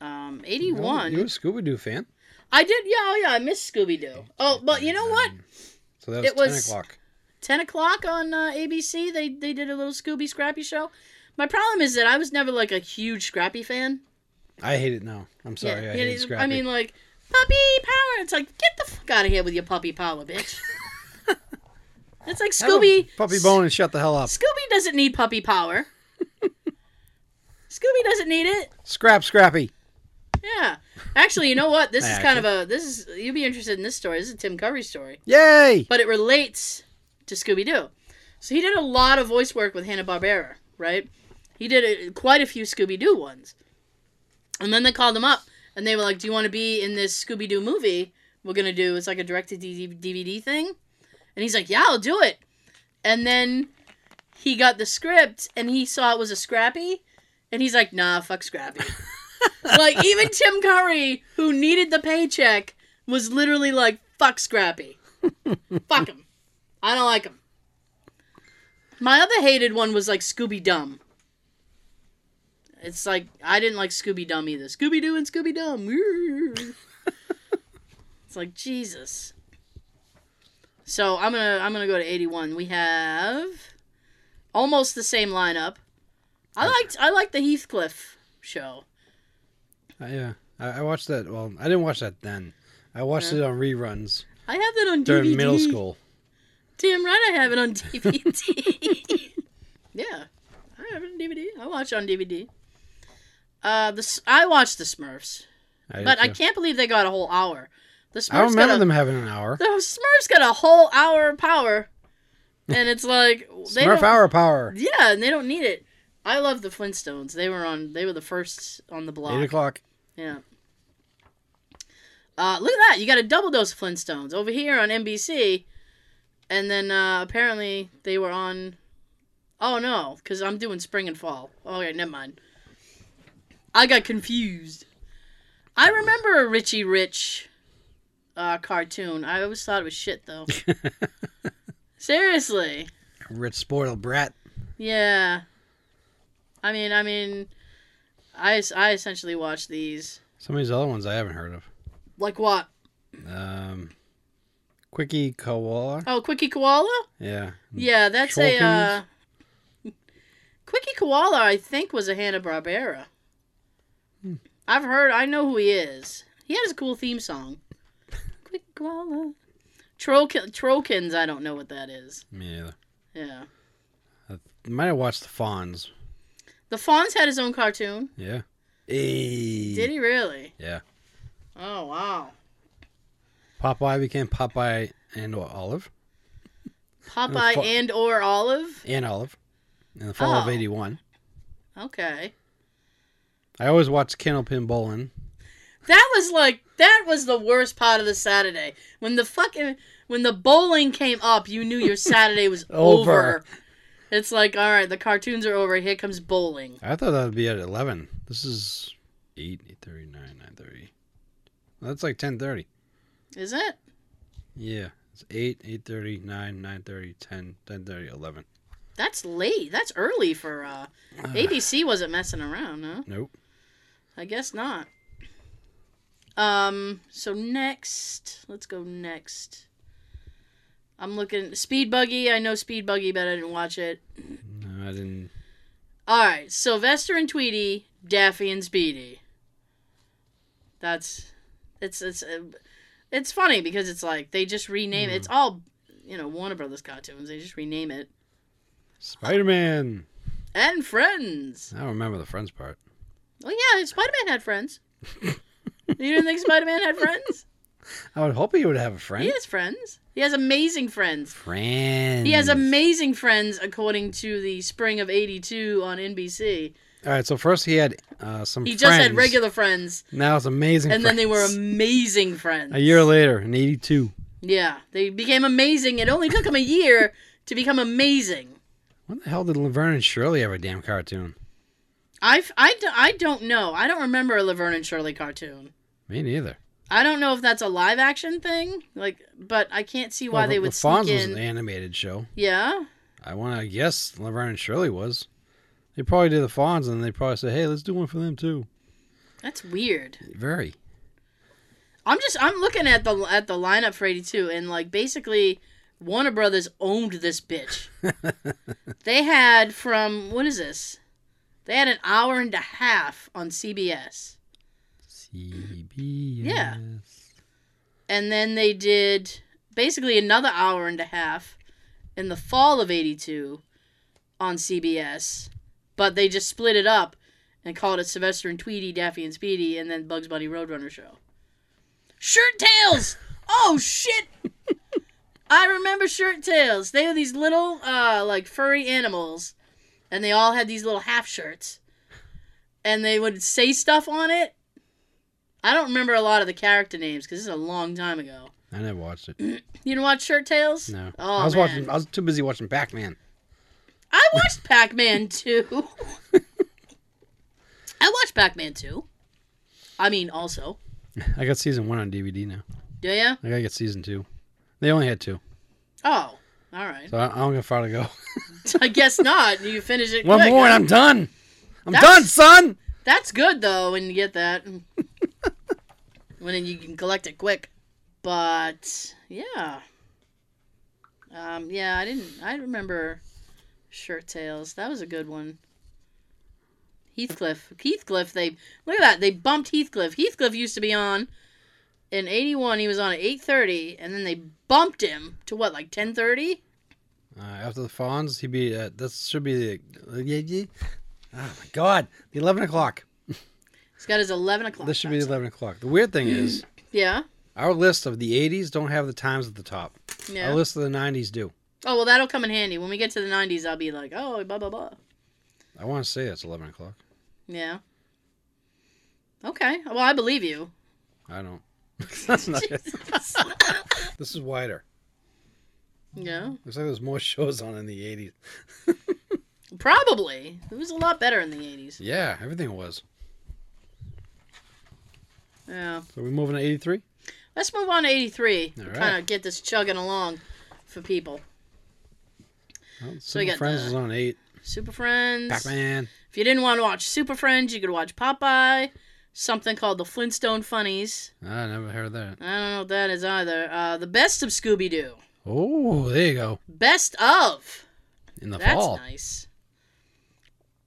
S3: Um, 81.
S2: You a Scooby Doo fan?
S3: I did. Yeah, oh yeah. I missed Scooby Doo. Oh, but you know what?
S2: So that was
S3: It was-
S2: ten o'clock.
S3: 10 o'clock on uh, ABC. They they did a little Scooby Scrappy show. My problem is that I was never like a huge Scrappy fan.
S2: I hate it now. I'm sorry. I
S3: it
S2: hate
S3: is-
S2: Scrappy.
S3: I mean, like puppy power. It's like get the fuck out of here with your puppy power, bitch. it's like
S2: Have a
S3: Scooby
S2: puppy bone, and shut the hell up.
S3: Scooby doesn't need puppy power. Scooby doesn't need it.
S2: Scrap, Scrappy.
S3: Yeah. Actually, you know what? This is kind of a this is you'd be interested in this story. This is a Tim Curry story,
S2: Yay!
S3: but it relates to Scooby Doo. So he did a lot of voice work with Hanna Barbera, right? He did a, quite a few Scooby Doo ones, and then they called him up and they were like, "Do you want to be in this Scooby Doo movie we're gonna do? It's like a direct to DVD thing," and he's like, "Yeah, I'll do it." And then he got the script and he saw it was a Scrappy, and he's like, "Nah, fuck Scrappy." like even Tim Curry, who needed the paycheck, was literally like, "Fuck Scrappy, fuck him, I don't like him." My other hated one was like Scooby Dumb. It's like I didn't like Scooby Dumb either. Scooby Doo and Scooby Dumb. it's like Jesus. So I'm gonna I'm gonna go to 81. We have almost the same lineup. I liked I liked the Heathcliff show.
S2: Uh, yeah, I, I watched that. Well, I didn't watch that then. I watched it on reruns
S3: I have that on DVD.
S2: during middle school.
S3: Damn right, I have it on DVD. yeah, I have it on DVD. I watch on DVD. Uh, the S- I watched the Smurfs,
S2: did
S3: but I
S2: too.
S3: can't believe they got a whole hour. The Smurfs
S2: I remember
S3: got a,
S2: them having an hour.
S3: The Smurfs got a whole hour of power, and it's like they
S2: Smurf
S3: don't-
S2: hour power.
S3: Yeah, and they don't need it. I love the Flintstones. They were on. They were the first on the block.
S2: Eight o'clock.
S3: Yeah. Uh, look at that. You got a double dose of Flintstones over here on NBC. And then uh, apparently they were on. Oh, no, because I'm doing spring and fall. Okay, never mind. I got confused. I remember a Richie Rich uh, cartoon. I always thought it was shit, though. Seriously.
S2: Rich spoiled brat.
S3: Yeah. I mean, I mean, I, es- I essentially watched these.
S2: Some of these other ones I haven't heard of.
S3: Like what?
S2: Um, Quickie Koala.
S3: Oh, Quickie Koala?
S2: Yeah.
S3: Yeah, that's a.
S2: Chalkins?
S3: Uh, Quickie Koala, I think, was a Hanna Barbera. I've heard. I know who he is. He has a cool theme song. Quickie Koala. Trollkin, Trollkins. I don't know what that is.
S2: Me neither.
S3: Yeah.
S2: Might have watched the Fonz.
S3: The Fonz had his own cartoon.
S2: Yeah. Hey.
S3: Did he really?
S2: Yeah.
S3: Oh wow.
S2: Popeye became Popeye and or Olive
S3: Popeye
S2: Fo-
S3: and or Olive.
S2: and Olive in the fall of
S3: Oh.
S2: '81.
S3: Okay.
S2: I always watched Kennel Pin Bowling.
S3: That was like that was the worst part of the Saturday when the fucking when the bowling came up. You knew your Saturday was over.
S2: Over.
S3: It's like all right, the cartoons are over. Here comes bowling.
S2: I thought that would be at 11. This is 8, 8.30, 9, 9.30. That's like 10.30.
S3: Is it?
S2: Yeah. It's 8, 8.30, 9, 9.30, 10, 10.30, 11.
S3: That's late. That's early for uh, ABC. Wasn't messing around, huh?
S2: Nope.
S3: I guess not. Um. So next, let's go next. I'm looking Speed Buggy. I know Speed Buggy, but I didn't watch it.
S2: No, I didn't.
S3: All right, Sylvester and Tweety, Daffy and Speedy. That's it's it's uh, it's funny because it's like they just rename it.
S2: Hmm.
S3: It's all you know Warner Brothers cartoons. They just rename it
S2: Spider Man.
S3: and Friends.
S2: I don't remember the friends part.
S3: Oh yeah, Spider Man had friends. you didn't think Spider Man had friends?
S2: I would hope he would have a friend.
S3: He has friends. He has amazing friends.
S2: Friends.
S3: He has amazing friends, according to the spring of '82 on NBC.
S2: All right, so first he had uh, some.
S3: He just had
S2: friends.
S3: regular friends,
S2: Now it's amazing.
S3: and then they were
S2: friends.
S3: amazing friends.
S2: a year later in '82.
S3: Yeah, they became amazing. It only took them a year to become amazing.
S2: When the hell did Laverne and Shirley have a damn cartoon?
S3: I, I, d- I don't know. I don't remember a Laverne and Shirley cartoon.
S2: Me neither.
S3: I don't know if that's a live action thing, like, but I can't see why
S2: Well, the-
S3: they would
S2: the Fonz
S3: sneak
S2: was
S3: in.
S2: an animated show.
S3: Yeah,
S2: I want to guess Laverne and Shirley was. They probably did the Fonz, and they probably said, "Hey, let's do one for them too."
S3: that's weird.
S2: Very.
S3: I'm just I'm looking at the at the lineup for '82, and like basically Warner Brothers owned this bitch. they had from what is this? They had an hour and a half on CBS.
S2: CBS.
S3: and then they did basically another hour and a half in the fall of 82 on CBS, but they just split it up and called it Sylvester and Tweety, Daffy and Speedy, and then Bugs Bunny Roadrunner Show. Shirt Tails! Oh, shit! I remember Shirt Tails. They were these little, uh, like, furry animals, and they all had these little half shirts, and they would say stuff on it, I don't remember a lot of the character names because this is a long time ago.
S2: I never watched it.
S3: You didn't watch Shirt Tales?
S2: No.
S3: Oh,
S2: I was
S3: man.
S2: watching. I was too busy watching Pac-Man.
S3: I watched Pac Man 2. I watched Pac Man 2. I mean, also.
S2: I got season one on DVD now.
S3: Do ya?
S2: I gotta get season two. They only had two,
S3: Oh, all right.
S2: so I, I don't got far to go.
S3: I guess not. You finish it
S2: one
S3: quick.
S2: more, and I'm done. I'm
S3: That's-
S2: done, son.
S3: That's good, though, when you get that. when you can collect it quick. But, yeah. Um, yeah, I didn't. I remember Shirt Tails. That was a good one. Heathcliff. Heathcliff, they. Look at that. They bumped Heathcliff. Heathcliff used to be on. In 81, he was on at 8.30, and then they bumped him to what, like 10.30?
S2: Uh, after the Fonz, he be uh, that should be the. Oh my God! The eleven o'clock.
S3: He's got his 11 o'clock.
S2: This should be
S3: time
S2: the
S3: slot.
S2: eleven o'clock. The weird thing is,
S3: Yeah.
S2: our list of the '80s don't have the times at the top.
S3: Yeah.
S2: Our list of the '90s do.
S3: Oh, well, that'll come in handy. When we get to the 90s, I'll be like, oh, blah, blah, blah.
S2: I want to say it's eleven o'clock.
S3: Yeah. Okay. Well, I believe you.
S2: I don't. this is wider.
S3: Yeah.
S2: Looks like there's more shows on in the '80s.
S3: Probably. It was a lot better in the 80s.
S2: Yeah, everything was.
S3: Yeah.
S2: So we moving to '83.
S3: Let's move on to 83.
S2: All
S3: Kind
S2: right.
S3: of get this chugging along for people.
S2: Well,
S3: we
S2: Super
S3: got
S2: Friends
S3: the-
S2: was on eight.
S3: Super Friends.
S2: Pac-Man.
S3: If you didn't want to watch Super Friends, you could watch Popeye. Something called the Flintstone Funnies.
S2: Ah, I never heard of that.
S3: I don't know what that is either. Uh, the best of Scooby Doo.
S2: Oh, there you go.
S3: Best of.
S2: In the
S3: That's
S2: fall.
S3: nice.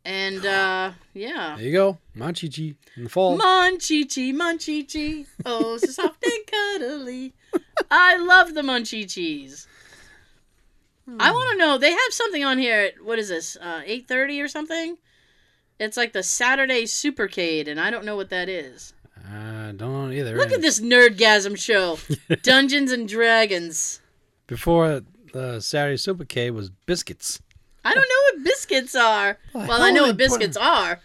S3: And uh, yeah.
S2: There you go. Machichi. In the fall.
S3: Munchichi, Munchichi, oh so soft and cuddly. I love the Munchichis.
S2: Hmm.
S3: I want to know. They have something on here at what is this? Uh, Eight thirty or something? It's like the Saturday Supercade, and I don't know what that is.
S2: I don't know either.
S3: Look at
S2: And
S3: this nerdgasm show, Dungeons and Dragons.
S2: Before the Saturday Super K was biscuits.
S3: I don't know what biscuits are.
S2: Why,
S3: well,
S2: how
S3: I know
S2: are
S3: what
S2: they put-
S3: biscuits are,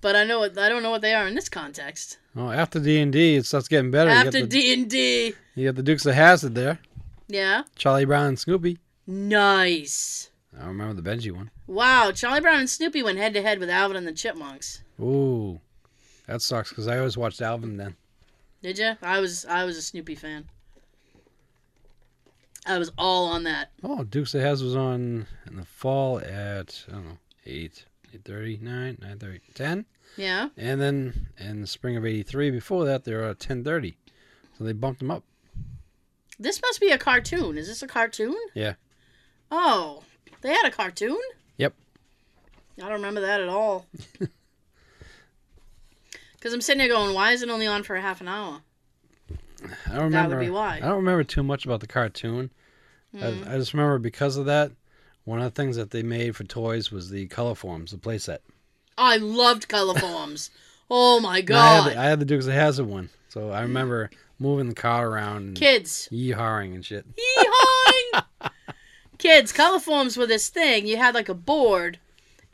S3: but I know what I don't know what they are in this context.
S2: Oh, after D and D, it starts getting better. you
S3: After
S2: got the,
S3: D and D,
S2: you got the Dukes of Hazard there.
S3: yeah,
S2: Charlie Brown and Snoopy.
S3: nice.
S2: I remember the Benji one.
S3: Wow, Charlie Brown and Snoopy went head to head with Alvin and the Chipmunks.
S2: Ooh, that sucks because I always watched Alvin then.
S3: Did you? I was I was a Snoopy fan. I was all on that.
S2: Oh, Dukes of Hazard was on in the fall at I don't know eight. 8.30, 9, 9.30, 10.
S3: Yeah.
S2: And then in the spring of 83, before that, they were at 10.30. So they bumped them up.
S3: This must be a cartoon. Is this a cartoon?
S2: Yeah.
S3: Oh, they had a cartoon?
S2: Yep.
S3: I don't remember that at all. Because I'm sitting there going, why is it only on for a half an hour?
S2: I don't remember.
S3: be Mm. why.
S2: I don't remember too much about the cartoon. I, I just remember because of that, one of the things that they made for toys was the color forms, the playset.
S3: I loved color forms. oh my
S2: And I had
S3: god. Mm.
S2: the, I had the Dukes of Hazard one, so I remember moving the car around, and
S3: Kids,
S2: yeehawing and shit.
S3: Yeehawing! Kids, color forms were this thing. You had like a board,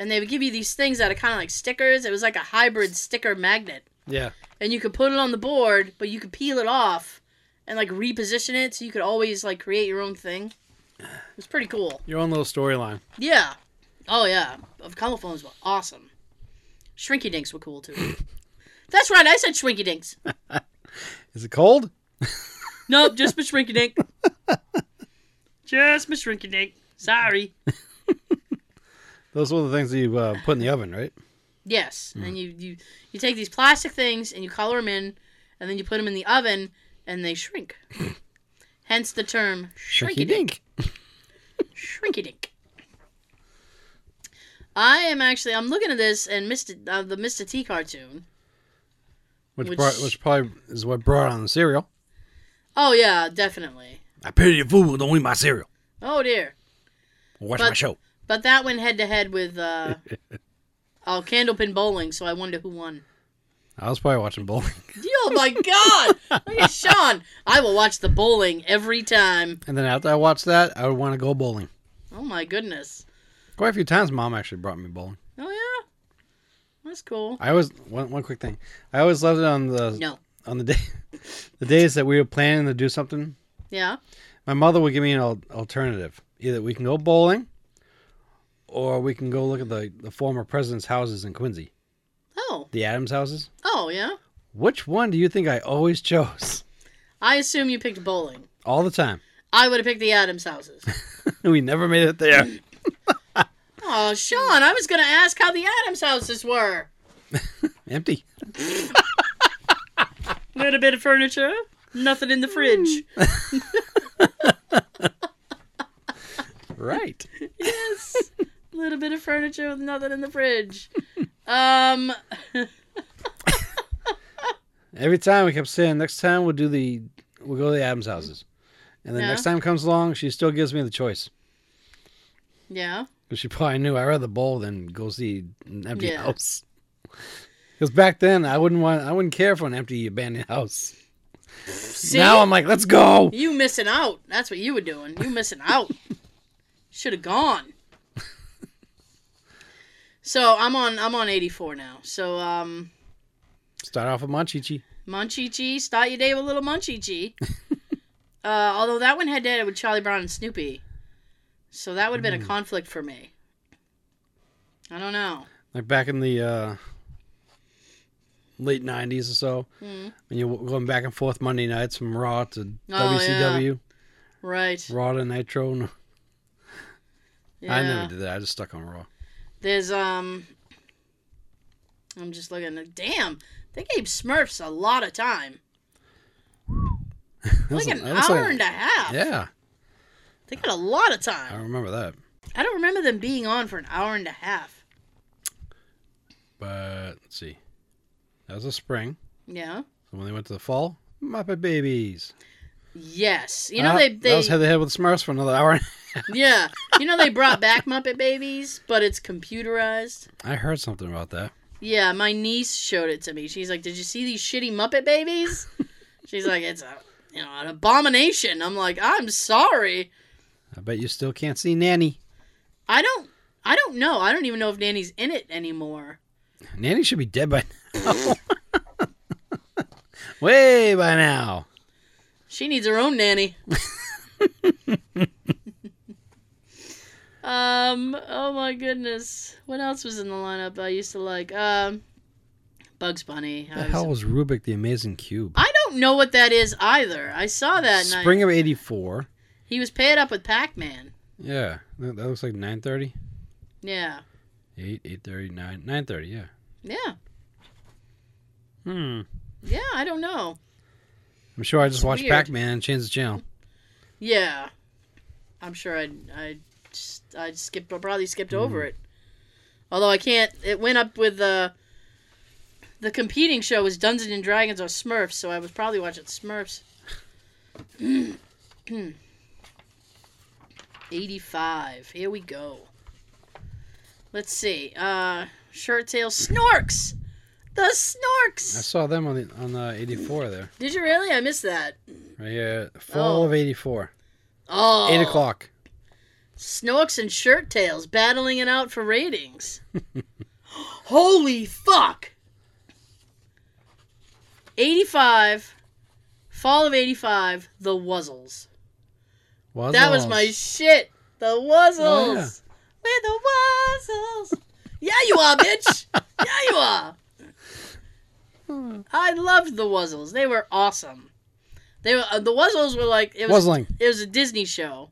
S3: and they would give you these things that are kind of like stickers. It was like a hybrid sticker magnet.
S2: Yeah,
S3: And you could put it on the board, but you could peel it off and like reposition it so you could always like create your own thing. It was pretty cool.
S2: your own little storyline.
S3: Yeah. Oh, yeah. Of color forms were awesome. Shrinky Dinks were cool too. That's right, I said Shrinky Dinks.
S2: Is it cold?
S3: Nope, just my shrinky dink. just my shrinky dink. Sorry.
S2: Those were the things that you uh, put in the oven, right?
S3: Yes, and you, you you take these plastic things and you color them in, and then you put them in the oven and they shrink. Hence the term shrinky dink. Shrinky dink. I am actually I'm looking at this and Mr. Uh, the Mr. T cartoon.
S2: Which,
S3: Which-
S2: brought, which probably is what brought on the cereal.
S3: Oh yeah, definitely.
S2: I pity the fool, don't eat my cereal.
S3: Oh dear.
S2: Watch
S3: But-
S2: my show.
S3: But that went head to head with uh, oh candlepin bowling. So I wonder who won.
S2: I was probably watching bowling,
S3: Oh my god! Look at Sean. I will watch the bowling every time.
S2: and then after I watched that, I would want to go bowling.
S3: Oh my goodness.
S2: Quite a few times, mom actually brought me bowling.
S3: Oh yeah. That's cool.
S2: I always one, one quick thing. I always loved it on the
S3: No.
S2: on the day the days that we were planning to do something.
S3: Yeah.
S2: My mother would give me an al- alternative: either we can go bowling, or we can go look at the the former president's houses in Quincy,
S3: Oh.
S2: the Adams houses.
S3: Oh yeah.
S2: Which one do you think I always chose?
S3: I assume you picked bowling.
S2: All the time.
S3: I would have picked the Adams houses.
S2: We never made it there.
S3: Oh, Sean, I was gonna ask how the Adams houses were.
S2: Empty.
S3: Little bit of furniture. Nothing in the fridge.
S2: Right.
S3: yes. Little bit of furniture with nothing in the fridge. Um
S2: Every time we kept saying, next time we'll do the we'll go to the Adams houses, and then
S3: Yeah.
S2: next time comes along, she still gives me the choice.
S3: Yeah.
S2: 'Cause she probably knew I'd rather bowl than go see an empty
S3: Yeah.
S2: house. Because back then I wouldn't want I wouldn't care for an empty abandoned house.
S3: See?
S2: Now I'm like, let's go.
S3: You missing out. That's what you were doing. You missing out. Should have gone. So I'm on I'm on 84 now. So um
S2: Start off with Machichi.
S3: Munchie start your day with a little Munchie uh, although that one had to with Charlie Brown and Snoopy. So that would have
S2: Mm-hmm.
S3: been a conflict for me. I don't know.
S2: Like back in the uh, late nineties or so.
S3: Mhm.
S2: When you're going back and forth Monday nights from Raw to
S3: Oh, yeah.
S2: WCW,
S3: Right.
S2: Raw to Nitro. No,
S3: Yeah.
S2: I never did that. I just stuck on Raw.
S3: There's um I'm just looking at damn, they gave Smurfs a lot of time.
S2: That was
S3: Like
S2: a-
S3: an
S2: that was like-
S3: hour and a half.
S2: Yeah,
S3: They got a lot of
S2: I
S3: time.
S2: remember that.
S3: I don't remember them being on for an hour and a half.
S2: But let's see, that was a spring.
S3: Yeah.
S2: So when they went to the fall, Muppet Babies.
S3: Yes. You know
S2: Ah,
S3: they
S2: that
S3: they
S2: was head to head with Smurfs for another hour.
S3: yeah. You know they brought back Muppet Babies, but it's computerized.
S2: I heard something about that.
S3: Yeah, my niece showed it to me. She's like, "Did you see these shitty Muppet Babies?" She's like, "It's a you know an abomination." I'm like, "I'm sorry.
S2: I bet you still can't see Nanny.
S3: I don't I don't know. I don't even know if Nanny's in it anymore."
S2: Nanny should be dead by now. Way by now.
S3: She needs her own nanny. um. Oh my goodness. What else was in the lineup? I used to like. Um. Bugs Bunny.
S2: The
S3: I,
S2: hell
S3: was-
S2: was Rubik the Amazing Cube?
S3: I don't know what that is either. I saw that
S2: Spring
S3: night.
S2: of '84.
S3: He was paired up with Pac Man.
S2: Yeah, that that looks like 9:30,
S3: Yeah.
S2: 8, 8:30, 9, 9:30. Yeah.
S3: Yeah.
S2: Hmm.
S3: Yeah. I don't know.
S2: I'm sure I just
S3: It's
S2: watched
S3: weird.
S2: Pac-Man and changed the channel.
S3: Yeah, I'm sure I I I skipped I probably skipped over it. Although I can't, it went up with the the competing show was Dungeons and Dragons or Smurfs, so I was probably watching Smurfs. Eighty-five. Here we go. Let's see. Uh, shirt tail snorks. The
S2: I
S3: snorks.
S2: saw them on the on the '84 there,
S3: Did you really? I missed that.
S2: right here, fall
S3: Oh.
S2: of '84,
S3: Oh,
S2: eight o'clock.
S3: Snorks and shirt tails battling it out for ratings. Holy fuck! 85, fall of 85, The Wuzzles.
S2: Wuzzles.
S3: That was my shit. The Wuzzles.
S2: Oh, yeah. Oh,
S3: We're the Wuzzles. yeah, you are, bitch. yeah, you are. I loved the Wuzzles. They were awesome. They were, uh, the Wuzzles were like it was
S2: Wuzzling.
S3: it was a Disney show.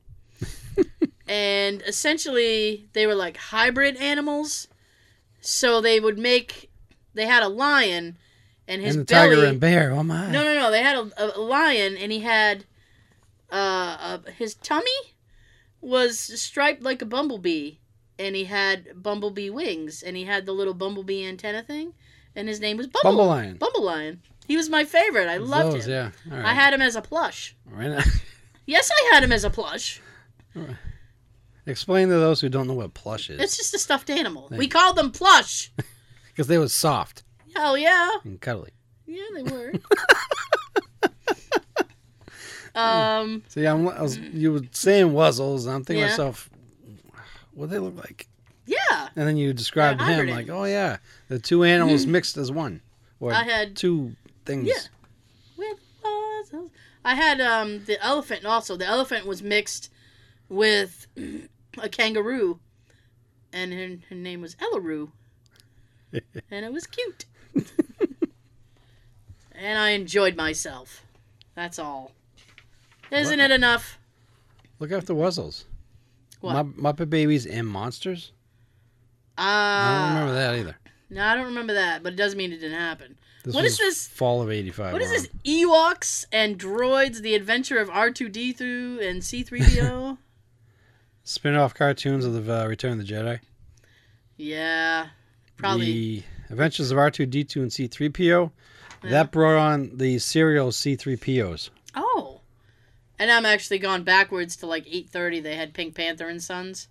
S3: and essentially they were like hybrid animals. So they would make they had a lion and his
S2: and the
S3: belly
S2: tiger and bear. Oh my!
S3: No, no, no. They had a, a lion and he had uh, uh his tummy was striped like a bumblebee and he had bumblebee wings and he had the little bumblebee antenna thing and his name was Bumble
S2: Bumble lion.
S3: Bumble Lion. He was my favorite. I loved
S2: Those,
S3: him.
S2: Yeah. All right.
S3: I had him as a plush.
S2: Right now-
S3: Yes, I had him as a plush.
S2: Explain to those who don't know what plush is,
S3: It's just a stuffed animal. We called them plush.
S2: because they was soft
S3: Hell yeah.
S2: and cuddly.
S3: Yeah, they were. um,
S2: See, I'm, I was, you were saying wuzzles, and I'm thinking to
S3: Yeah.
S2: myself, what do they look like?
S3: yeah.
S2: And then you described
S3: They're
S2: him
S3: hybrid
S2: like,
S3: Mm-hmm.
S2: oh yeah, the two animals mixed as one, or
S3: I had-
S2: two things.
S3: Yeah. With puzzles. I had um the elephant also. The elephant was mixed with a kangaroo, and her, her name was Ellaroo, and it was cute. and I enjoyed myself. That's all. Isn't
S2: What?
S3: it enough?
S2: Look after wuzzles.
S3: What?
S2: Mupp- Muppet Babies and Monsters. I don't
S3: Ah,
S2: remember that either.
S3: no, I don't remember that, but it doesn't mean it didn't happen.
S2: This
S3: What
S2: was
S3: is this-
S2: Fall of '85.
S3: What is this? Ewoks and droids: The Adventure of R two D two and C three PO.
S2: Spin-off cartoons of the uh, Return of the Jedi.
S3: Yeah, probably.
S2: The Adventures of R2D2 and C3PO.
S3: Yeah.
S2: That brought on the serial C3POs.
S3: Oh. And I'm actually gone backwards to like 8:30 they had Pink Panther and Sons.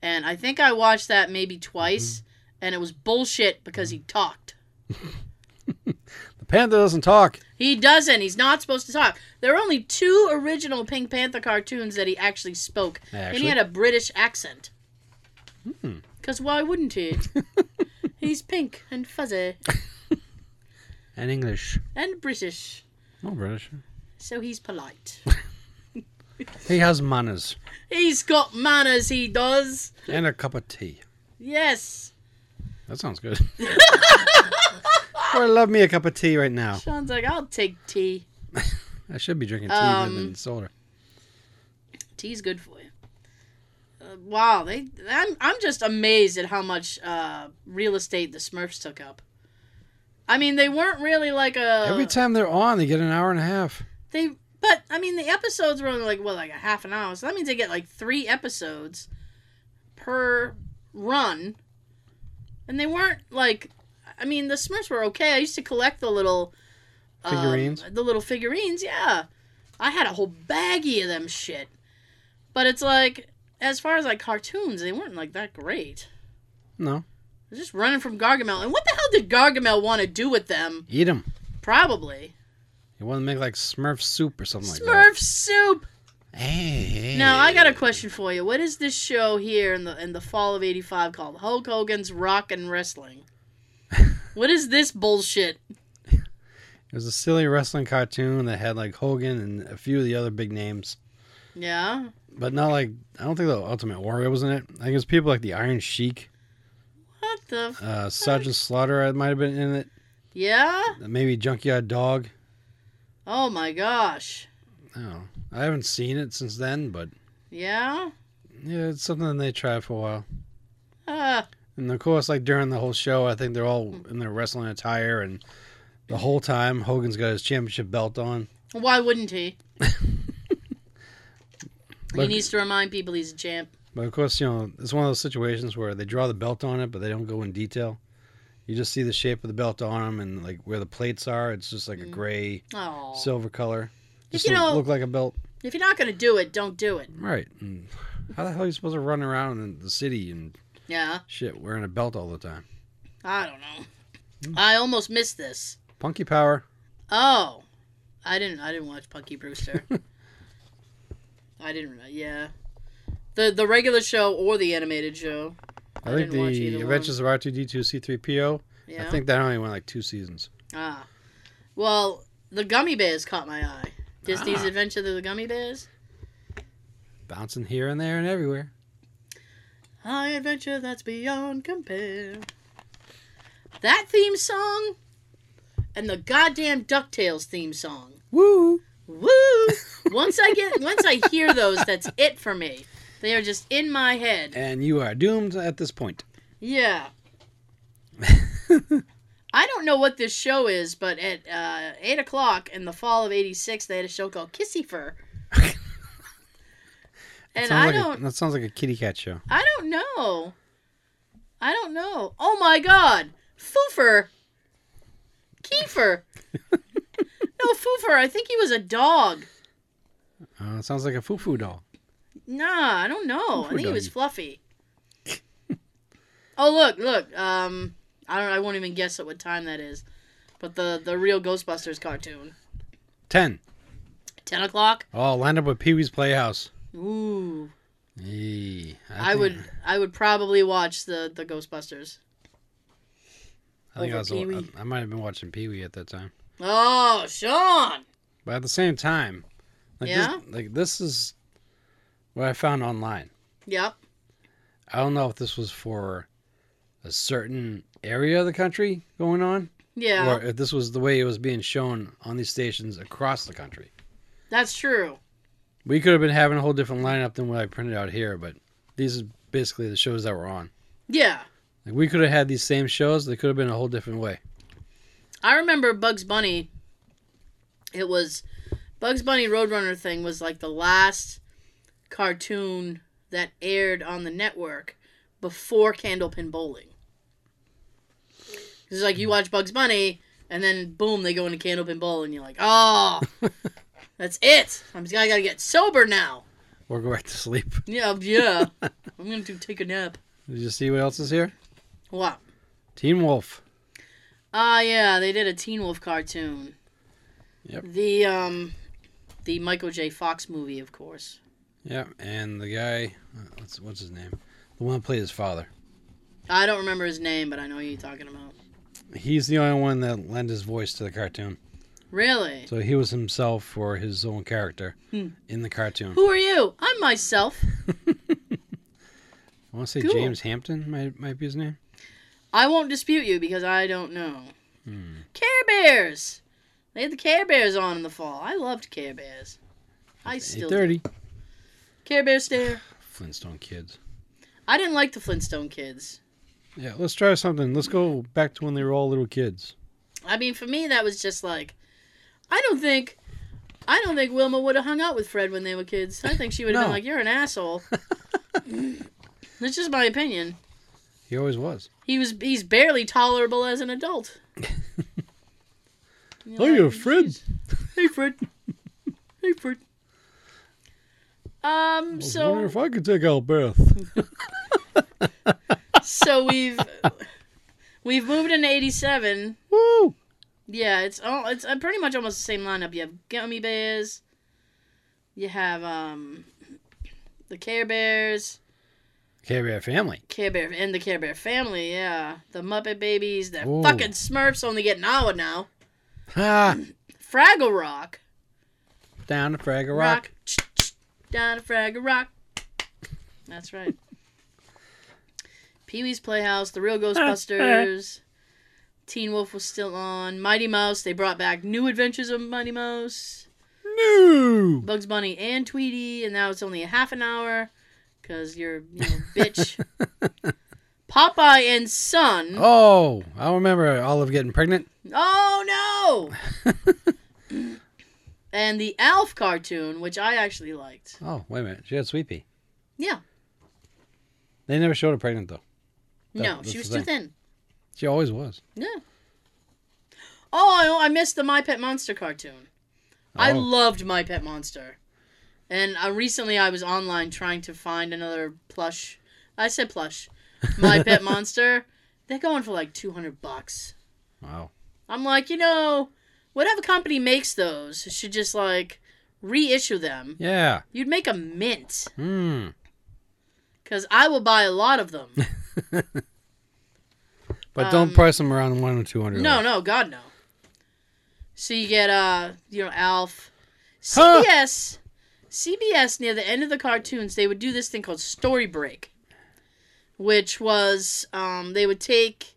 S3: And I think I watched that maybe twice
S2: Mm-hmm.
S3: and it was bullshit because he talked.
S2: The Panther doesn't talk.
S3: He doesn't. He's not supposed to talk. There are only two original Pink Panther cartoons that he actually spoke. And
S2: Actually. Hmm.
S3: he had a British accent. Cuz why wouldn't he? He's pink and fuzzy
S2: And English.
S3: and British.
S2: No British.
S3: So he's polite.
S2: He has manners
S3: He's got manners, he does.
S2: and a cup of tea.
S3: Yes.
S2: That sounds good. Boy, I love me a cup of tea right now.
S3: Sean's like, I'll take tea.
S2: I should be drinking tea
S3: Um,
S2: rather than soda.
S3: Tea's good for you. Uh, wow, they I'm I'm just amazed at how much uh, real estate the Smurfs took up. I mean, they weren't really like a
S2: Every time they're on, they get an hour and a half.
S3: they, but I mean, the episodes were only like what like a half an hour, so that means they get like three episodes per run, and they weren't like. I mean, the Smurfs were okay. I used to collect the little um,
S2: Figurines?
S3: the little figurines, yeah. I had a whole baggie of them shit. But it's like, as far as like cartoons, they weren't like that great.
S2: No.
S3: They're just running from Gargamel. And what the hell did Gargamel want to do with them?
S2: Eat them.
S3: Probably.
S2: You want to make like Smurf soup or something like that.
S3: Smurf soup!
S2: Hey, hey.
S3: Now I got a question for you. What is this show here in the in the fall of '85 called Hulk Hogan's Rock and Wrestling? what is this bullshit?
S2: It was a silly wrestling cartoon that had like Hogan and a few of the other big names,
S3: Yeah.
S2: but not like I don't think the Ultimate Warrior was in it. I think it was people like the Iron Sheik,
S3: What the? F-
S2: uh, Sergeant Slaughter might have been in it,
S3: yeah.
S2: maybe Junkyard Dog.
S3: Oh my gosh.
S2: I don't know. Oh, I haven't seen it since then, but
S3: Yeah.
S2: yeah, it's something they tried for a while.
S3: Uh,
S2: And of course, like during the whole show, I think they're all in their wrestling attire, and the whole time Hogan's got his championship belt on.
S3: why wouldn't he? he needs to remind people he's a champ.
S2: But of course, you know, it's one of those situations where they draw the belt on it, but they don't go in detail. You just see the shape of the belt on them and like where the plates are. It's just like a gray,
S3: Oh,
S2: silver color. Just
S3: Mm-hmm. you
S2: look,
S3: know-
S2: look like a belt.
S3: if you're not gonna do it, don't do it.
S2: Right. And how the hell are you supposed to run around in the city and
S3: Yeah,
S2: shit wearing a belt all the time?
S3: I don't know. I almost missed this.
S2: Punky Power.
S3: Oh, I didn't. I didn't watch Punky Brewster. I didn't. uh, Yeah, the the regular show or the animated show.
S2: I,
S3: I
S2: think
S3: didn't watch
S2: the
S3: either
S2: Adventures of R2D2 C3PO. I
S3: Yeah.
S2: think that only went like two seasons.
S3: Ah, well, the gummy bears caught my eye. Disney's
S2: Ah.
S3: Adventure of the Gummy Bears.
S2: Bouncing here and there and everywhere.
S3: High adventure that's beyond compare. That theme song and the goddamn DuckTales theme song.
S2: Woo!
S3: Woo! Once I get once I hear those, that's it for me. They are just in my head.
S2: And you are doomed at this point.
S3: Yeah. I don't know what this show is, but at uh, eight o'clock in the fall of '86, they had a show called Kissy Fur. and I
S2: Sounds like a-
S3: don't,
S2: that sounds like a kitty cat show.
S3: I I don't know. I don't know. Oh my God, Foofer, Kiefer. no, Foofer. I think he was a dog.
S2: Uh, it sounds like a foo foo doll.
S3: Nah, I don't know. I
S2: Who
S3: think he was
S2: doesn't?
S3: fluffy. oh look, look. Um, I don't. I won't even guess at what time that is. But the the real Ghostbusters cartoon,
S2: Ten.
S3: ten o'clock.
S2: Oh, lined up with Pee Wee's Playhouse.
S3: Ooh,
S2: Yee,
S3: I,
S2: think-
S3: would I would probably watch the the Ghostbusters.
S2: I think I
S3: over
S2: was.
S3: Pee-wee.
S2: I, I might have been watching Pee Wee at that time.
S3: Oh, Sean.
S2: But at the same time, like
S3: Yeah?
S2: this, like this is what I found online.
S3: Yep.
S2: I don't know if this was for a certain area of the country going on,
S3: Yeah,
S2: or if this was the way it was being shown on these stations across the country.
S3: that's true.
S2: We could have been having a whole different lineup than what I printed out here, but these are basically the shows that were on.
S3: Yeah,
S2: Like we could have had these same shows. They could have been a whole different way.
S3: I remember Bugs Bunny. It was Bugs Bunny Roadrunner thing was like the last cartoon that aired on the network before Candlepin Bowling. It's like you watch Bugs Bunny and then boom they go into Candlepin Bowling and you're like, "Oh, that's it. I'm just I got to get sober now."
S2: Or go back to sleep.
S3: Yeah, yeah. I'm going to take a nap.
S2: Did you see what else is here?
S3: What?
S2: Teen Wolf.
S3: Ah, yeah, they did a Teen Wolf cartoon.
S2: Yep.
S3: The um, the Michael J. Fox movie, of course.
S2: Yeah, and the guy, uh, what's what's his name? The one that played his father.
S3: I don't remember his name, but I know who you're talking about.
S2: He's the only one that lent his voice to the cartoon.
S3: Really?
S2: So he was himself or his own character
S3: Hmm.
S2: in the cartoon.
S3: Who are you? I'm myself.
S2: I want to say
S3: Cool.
S2: James Hampton might might be his name.
S3: I won't dispute you because I don't know.
S2: Hmm.
S3: Care Bears. They had the Care Bears on in the fall. I loved Care Bears. I
S2: Eight
S3: still do.
S2: thirty.
S3: Care Bear stare.
S2: Flintstone kids.
S3: I didn't like the Flintstone kids.
S2: Yeah, let's try something. Let's go back to when they were all little kids.
S3: I mean, for me, that was just like, I don't think, I don't think Wilma would have hung out with Fred when they were kids. I think she would have
S2: No.
S3: been like, "You're an asshole." That's just my opinion.
S2: He always was.
S3: He was, he's barely tolerable as an adult. You're
S2: Oh, you're
S3: like,
S2: Fred.
S3: Hey, Fred. hey, Fred. Um.
S2: I was
S3: So.
S2: wondering if I could take out Beth.
S3: so we've we've moved into 87
S2: Woo!
S3: yeah it's all it's uh, pretty much almost the same lineup you have gummy bears you have um the care bears
S2: Care Bear family.
S3: care bear and the care bear family yeah the muppet babies the
S2: Ooh.
S3: fucking smurfs only get an hour now
S2: Ha!
S3: fraggle rock
S2: Down to Fraggle Rock.
S3: rock, down to fraggle rock that's right pee-wee's playhouse the real ghostbusters teen wolf was still on mighty mouse they brought back new adventures of mighty mouse
S2: No.
S3: bugs bunny and tweety and now it's only a half an hour because you're you know bitch popeye and son oh,
S2: Oh, I remember Olive getting pregnant.
S3: Oh, no and the Alf cartoon, which I actually liked.
S2: Oh, wait a minute. She had Sweet Pea.
S3: Yeah.
S2: They never showed her pregnant, though.
S3: no,
S2: that's
S3: she
S2: the
S3: was too
S2: thing.
S3: thin.
S2: She always was.
S3: Yeah. Oh, I, I missed the My Pet Monster cartoon. I
S2: Oh.
S3: loved My Pet Monster. And uh, recently I was online trying to find another plush. I said plush. My Pet Monster. They're going for like 200 bucks.
S2: Wow.
S3: I'm like, you know, whatever company makes those should just like reissue them.
S2: Yeah.
S3: You'd make a mint
S2: Hmm.
S3: because I will buy a lot of them.
S2: But don't
S3: Um,
S2: price them around one or two hundred.
S3: no, no, God no. So you get uh, you know, Alf,
S2: Huh.
S3: CBS, CBS near the end of the cartoons they would do this thing called Story Break, which was um, they would take,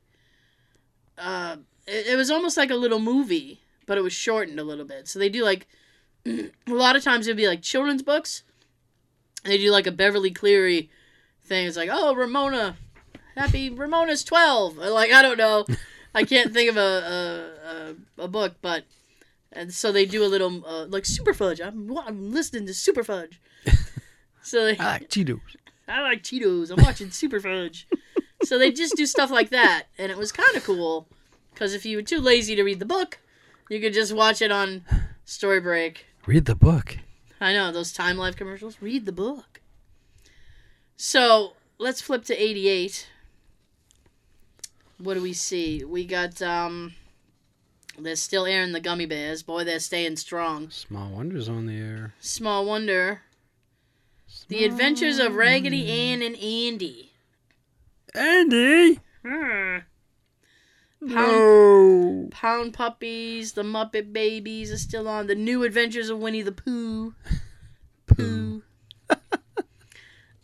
S3: uh, it, it was almost like a little movie, but it was shortened a little bit. So they do like, a lot of times it'd be like children's books. They do like a Beverly Cleary thing. It's like, oh, Ramona, happy Ramona's twelve. Or, Like I don't know, I can't think of a a, a, a book, but and so they do a little uh, like super fudge. I'm I'm listening to super fudge. So they,
S2: I like Cheetos.
S3: I like Cheetos. I'm watching Super Fudge. so they just do stuff like that, and it was kind of cool because if you were too lazy to read the book, you could just watch it on Story Break.
S2: Read the book.
S3: I know those Time Life commercials. Read the book. So let's flip to '88. What do we see? We got um. They're still airing the gummy bears. Boy, they're staying strong.
S2: Small wonders on the air.
S3: Small wonder. The Adventures of Raggedy Ann and Andy.
S2: Andy.
S3: Pound,
S2: No.
S3: Pound Puppies, The Muppet Babies are still on. The New Adventures of Winnie the Pooh. Pooh.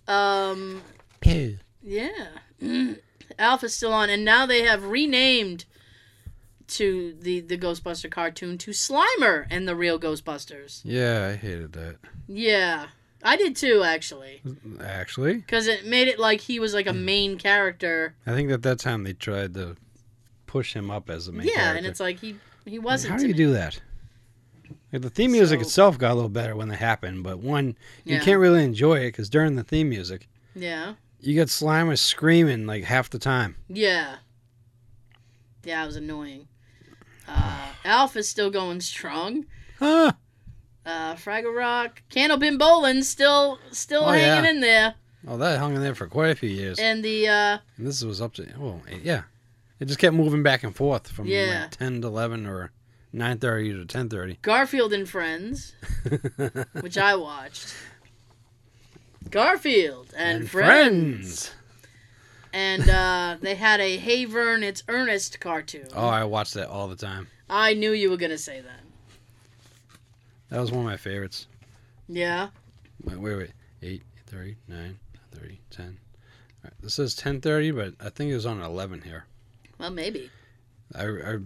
S3: um,
S2: Pew.
S3: yeah. Alpha's still on, and now they have renamed to the the Ghostbuster cartoon to Slimer and the Real Ghostbusters.
S2: Yeah, I hated that.
S3: Yeah, I did too actually,
S2: Actually,
S3: because it made it like he was like a main character.
S2: I think that that time they tried to push him up as the main
S3: yeah,
S2: character.
S3: and it's like he he
S2: Like,
S3: wasn't.
S2: How
S3: to
S2: do you
S3: me.
S2: do that? Like, the theme music
S3: So-
S2: itself got a little better when that happened, but one you
S3: Yeah.
S2: can't really enjoy it because during the theme music,
S3: Yeah.
S2: you get Slimer screaming like half the time.
S3: Yeah. Yeah, it was annoying. Uh, Alf is still going strong.
S2: Ah,
S3: Uh, Fraggle Rock, Candlebin Bowling still still
S2: Oh,
S3: hanging
S2: yeah.
S3: in there,
S2: oh, that hung in there for quite a few years.
S3: and the uh,
S2: And this was up to well, yeah. It just kept moving back and forth from
S3: Yeah.
S2: like ten to eleven or nine thirty to ten thirty.
S3: Garfield and Friends, which I watched. Garfield and, Friends. and uh, they had a Hey Vern, it's Ernest cartoon.
S2: Oh, I watched that all the time.
S3: I knew you were gonna say that.
S2: That was one of my favorites.
S3: Yeah,
S2: Wait, wait, wait. 8, 30, 9, 30, 10. All right, this says ten thirty, but I think it was on eleven here.
S3: well maybe.
S2: I, I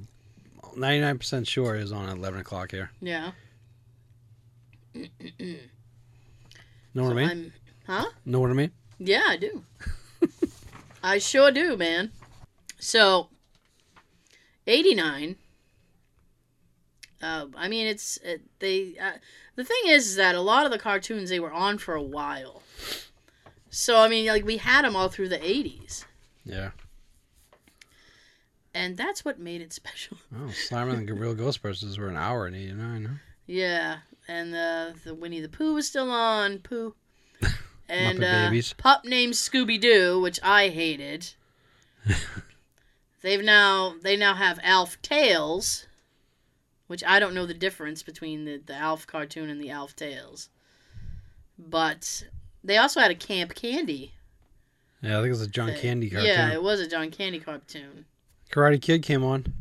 S2: 99% sure it was on 11 o'clock here.
S3: Yeah.
S2: Know what I mean?
S3: I'm, huh?
S2: Know what I mean?
S3: Yeah, I do. I sure do, man. So, 89. Uh, I mean, it's it, they. Uh, the thing is, is that a lot of the cartoons they were on for a while. So I mean, like we had them all through the 80s,
S2: Yeah.
S3: and that's what made it special.
S2: Oh, Slimer and the Real Ghostbusters were an hour and 89, huh?
S3: Yeah, and the the Winnie the Pooh was still on Pooh, and
S2: Muppet
S3: uh,
S2: Babies.
S3: pup named Scooby Doo, which I hated. They've now they now have Alf Tales, which I don't know the difference between the the Alf cartoon and the Alf Tales, but they also had a Camp Candy.
S2: Yeah, I think it was a John
S3: thing.
S2: Candy cartoon.
S3: Yeah, it was a John Candy cartoon.
S2: Karate Kid came on.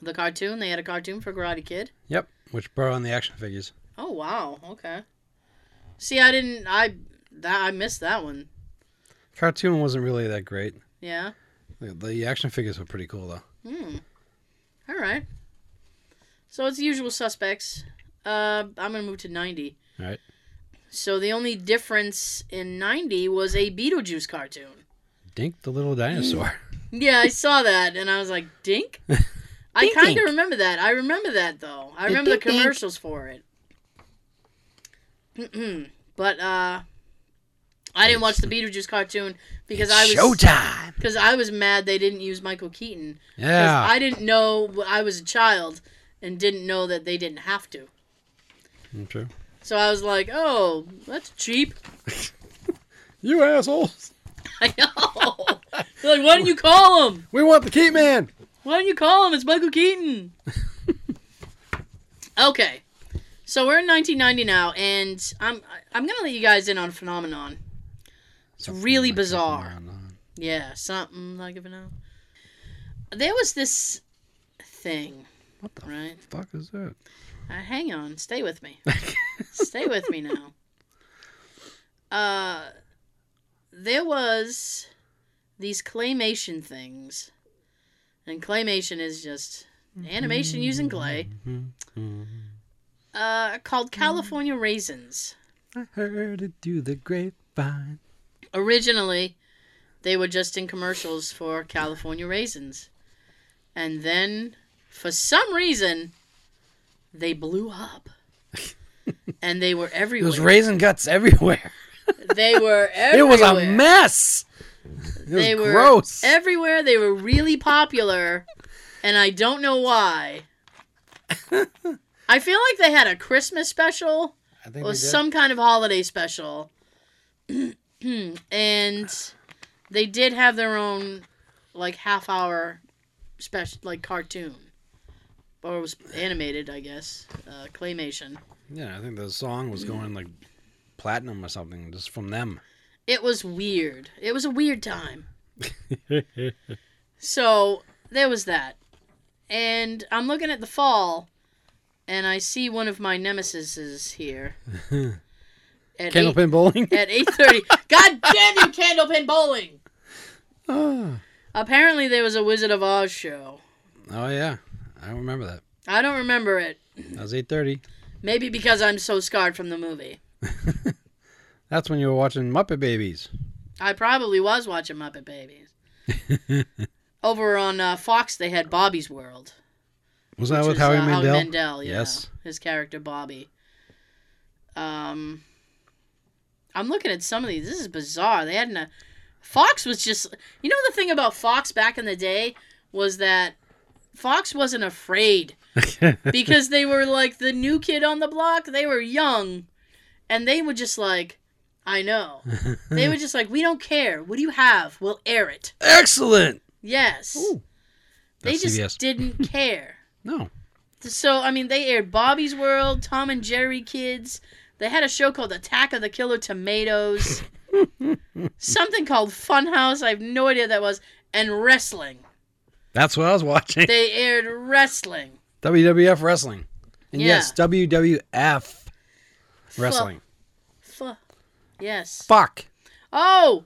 S3: The cartoon they had a cartoon for Karate Kid.
S2: Yep. Which brought on the action figures.
S3: Oh wow, okay. See, I didn't I that I missed that one.
S2: Cartoon wasn't really that great.
S3: Yeah.
S2: The, the action figures were pretty cool, though.
S3: Hmm. All right. So it's the usual suspects. Uh, I'm gonna move to ninety.
S2: All right.
S3: So the only difference in ninety was a Beetlejuice cartoon.
S2: Dink the Little Dinosaur.
S3: Yeah, I saw that and I was like, Dink. I
S2: Dink,
S3: kind of
S2: dink.
S3: remember that. I remember that though. I remember the
S2: dink, dink.
S3: commercials for it. but uh, I didn't watch the Beetlejuice cartoon because I was
S2: Showtime.
S3: because I was mad they didn't use Michael Keaton. 'Cause
S2: Yeah.
S3: I didn't know I was a child and didn't know that they didn't have to.
S2: Okay.
S3: So I was like, oh, that's cheap.
S2: You assholes.
S3: I know. They're like, why didn't you call him?
S2: We want the Key Man.
S3: Why don't you call him? It's Michael Keaton. okay, so we're in 1990 now, and I'm I'm gonna let you guys in on a phenomenon. It's really bizarre. Yeah, something like a phenomenon. There was this thing,
S2: What the
S3: right?
S2: fuck is that?
S3: Uh, hang on, stay with me. stay with me now. Uh, there was these claymation things, and claymation is just animation using
S2: Mm-hmm.
S3: clay. Uh, called California raisins.
S2: I heard it through the grapevine.
S3: Originally, they were just in commercials for California raisins, and then for some reason, they blew up. And they were
S2: It
S3: everywhere.
S2: was raisin guts everywhere.
S3: They were
S2: It
S3: everywhere.
S2: was a mess. It was
S3: They were
S2: gross.
S3: everywhere. They were really popular, and I don't know why. I feel like they had a Christmas special
S2: I think
S3: or
S2: we did.
S3: some kind of holiday special, and they did have their own like half hour special, like cartoon, or it was animated, I guess, uh, claymation.
S2: Yeah, I think the song was going like platinum or something just from them.
S3: It was weird. It was a weird time. So there was that. And I'm looking at the fall, and I see one of my nemesises here. at eight-
S2: Candlepin bowling.
S3: at 8.30. God damn you, Candlepin Bowling!
S2: oh.
S3: Apparently there was a Wizard of Oz show.
S2: oh yeah, I remember that.
S3: I don't remember it.
S2: That was eight thirty.
S3: Maybe because I'm so scarred from the movie.
S2: That's when you were watching Muppet Babies.
S3: I probably was watching Muppet Babies. Over on uh, Fox, they had Bobby's World.
S2: Was that
S3: which
S2: with
S3: is,
S2: Howie
S3: uh,
S2: Mandel?
S3: yeah.
S2: Yes.
S3: His character Bobby. Um I'm looking at some of these. This is bizarre. They hadn't a Fox was just you know the thing about Fox back in the day was that Fox wasn't afraid because they were like the new kid on the block. They were young and they were just like I know. They were just like, we don't care. What do you have? We'll air it.
S2: Excellent.
S3: Yes.
S2: Ooh.
S3: they
S2: That's
S3: just
S2: CBS.
S3: didn't care.
S2: No.
S3: So I mean, they aired Bobby's World, Tom and Jerry Kids. They had a show called Attack of the Killer Tomatoes, something called Funhouse. I have no idea what that was, and wrestling.
S2: That's what I was watching.
S3: They aired wrestling.
S2: WWF wrestling. And
S3: Yeah.
S2: yes, WWF
S3: Fu-
S2: wrestling.
S3: fu- yes.
S2: Fuck.
S3: Oh,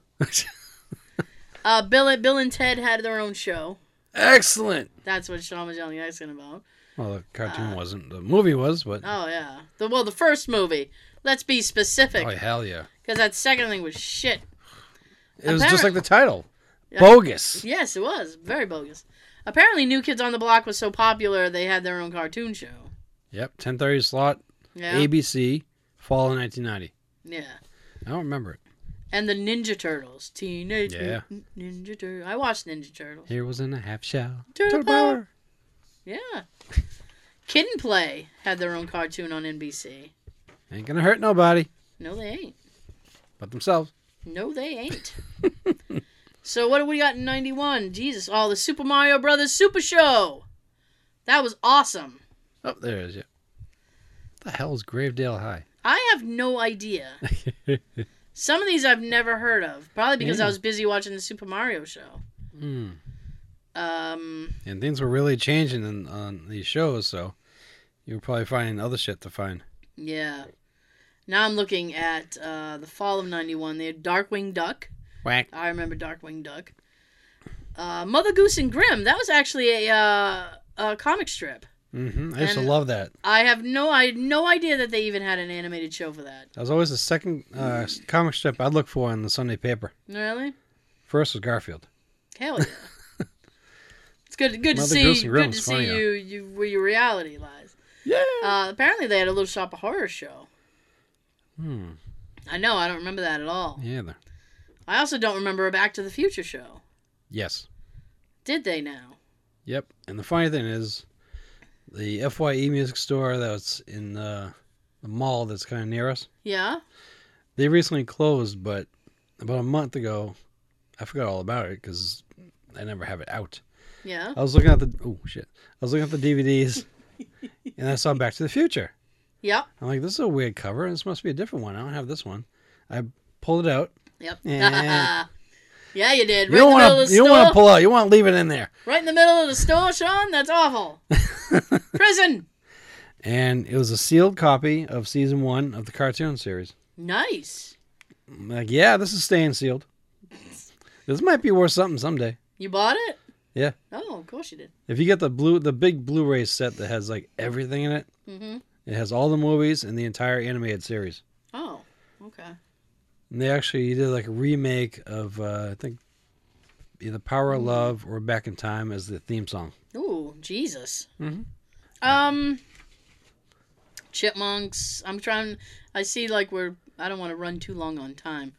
S3: uh, Bill and Bill and Ted had their own show.
S2: Excellent.
S3: That's what Sean was yelling asking about.
S2: Well, the cartoon wasn't. The movie was, but
S3: Uh, Oh yeah, the well, the first movie. Let's be specific,
S2: oh
S3: because
S2: hell yeah,
S3: that second thing was shit.
S2: it was just like
S3: Apparent-
S2: the title.
S3: Yeah.
S2: Bogus.
S3: Yes, it was very bogus. Apparently, New Kids on the Block was so popular they had their own cartoon show.
S2: Yep. Ten thirty slot.
S3: Yeah,
S2: ABC. Fall of nineteen ninety.
S3: yeah.
S2: I don't remember it.
S3: And the Ninja Turtles, teenage
S2: Yeah.
S3: Mutant Ninja Turtles. I watched Ninja Turtles.
S2: Here was in a half shell.
S3: Turtle
S2: Turtle
S3: power.
S2: power.
S3: Yeah. Kid and Play had their own cartoon on NBC.
S2: Ain't gonna hurt nobody
S3: No, they ain't.
S2: but themselves.
S3: No, they ain't. so what do we got in '91? Jesus! Oh, the Super Mario Brothers Super Show. That was awesome.
S2: Oh, there it is. Yeah. The hell is Gravedale High?
S3: I have no idea. Some of these I've never heard of, probably because
S2: Yeah.
S3: I was busy watching the Super Mario show.
S2: Mm.
S3: Um,
S2: And things were really changing in, on these shows, so you were probably finding other shit to find.
S3: yeah. Now I'm looking at uh, the fall of '91. They had Darkwing Duck.
S2: Whack.
S3: I remember Darkwing Duck. Uh, Mother Goose and Grimm. That was actually a, uh, a comic strip.
S2: hmm I used
S3: And-
S2: to love that.
S3: I have no I had no idea that they even had an animated show for that.
S2: That was always the second uh, comic strip I'd look for in the Sunday paper.
S3: Really?
S2: First was Garfield.
S3: Hell yeah. it's good good to
S2: Mother
S3: see
S2: Goose and
S3: good
S2: Grimm's
S3: to see
S2: funnier.
S3: you, you where your reality lies.
S2: Yeah.
S3: Uh, apparently they had a little shop of horror show.
S2: Hmm.
S3: I know, I don't remember that at all.
S2: Yeah. There.
S3: I also don't remember a Back to the Future show.
S2: Yes.
S3: Did they now?
S2: Yep. And the funny thing is, the Fye music store that's in the, the mall that's kind of near us,
S3: Yeah?
S2: they recently closed, but about a month ago, I forgot all about it because I never have it out.
S3: Yeah?
S2: I was looking at the oh shit. I was looking at the DVDs, and I saw Back to the Future.
S3: Yep.
S2: I'm like, this is a weird cover. This must be a different one. I don't have this one. I pulled it out.
S3: Yep.
S2: Yeah.
S3: yeah, you did.
S2: you
S3: Right in
S2: don't want
S3: the middle of
S2: to.
S3: the
S2: You don't
S3: store.
S2: want to pull out. You want to leave it in there.
S3: right in the middle of the store, Sean? That's awful. Prison.
S2: And it was a sealed copy of season one of the cartoon series.
S3: Nice.
S2: I'm like, yeah, this is staying sealed. This might be worth something someday.
S3: You bought it?
S2: Yeah.
S3: Oh, of course you did.
S2: If you get the blue, the big Blu-ray set that has like everything in it,
S3: Mm-hmm.
S2: it has all the movies and the entire animated series.
S3: Oh, okay.
S2: And they actually did like a remake of uh, I think either Power of Love or Back in Time as the theme song.
S3: Ooh, Jesus.
S2: Mhm.
S3: Um, chipmunks. I'm trying. I see like we're. I don't want to run too long on time,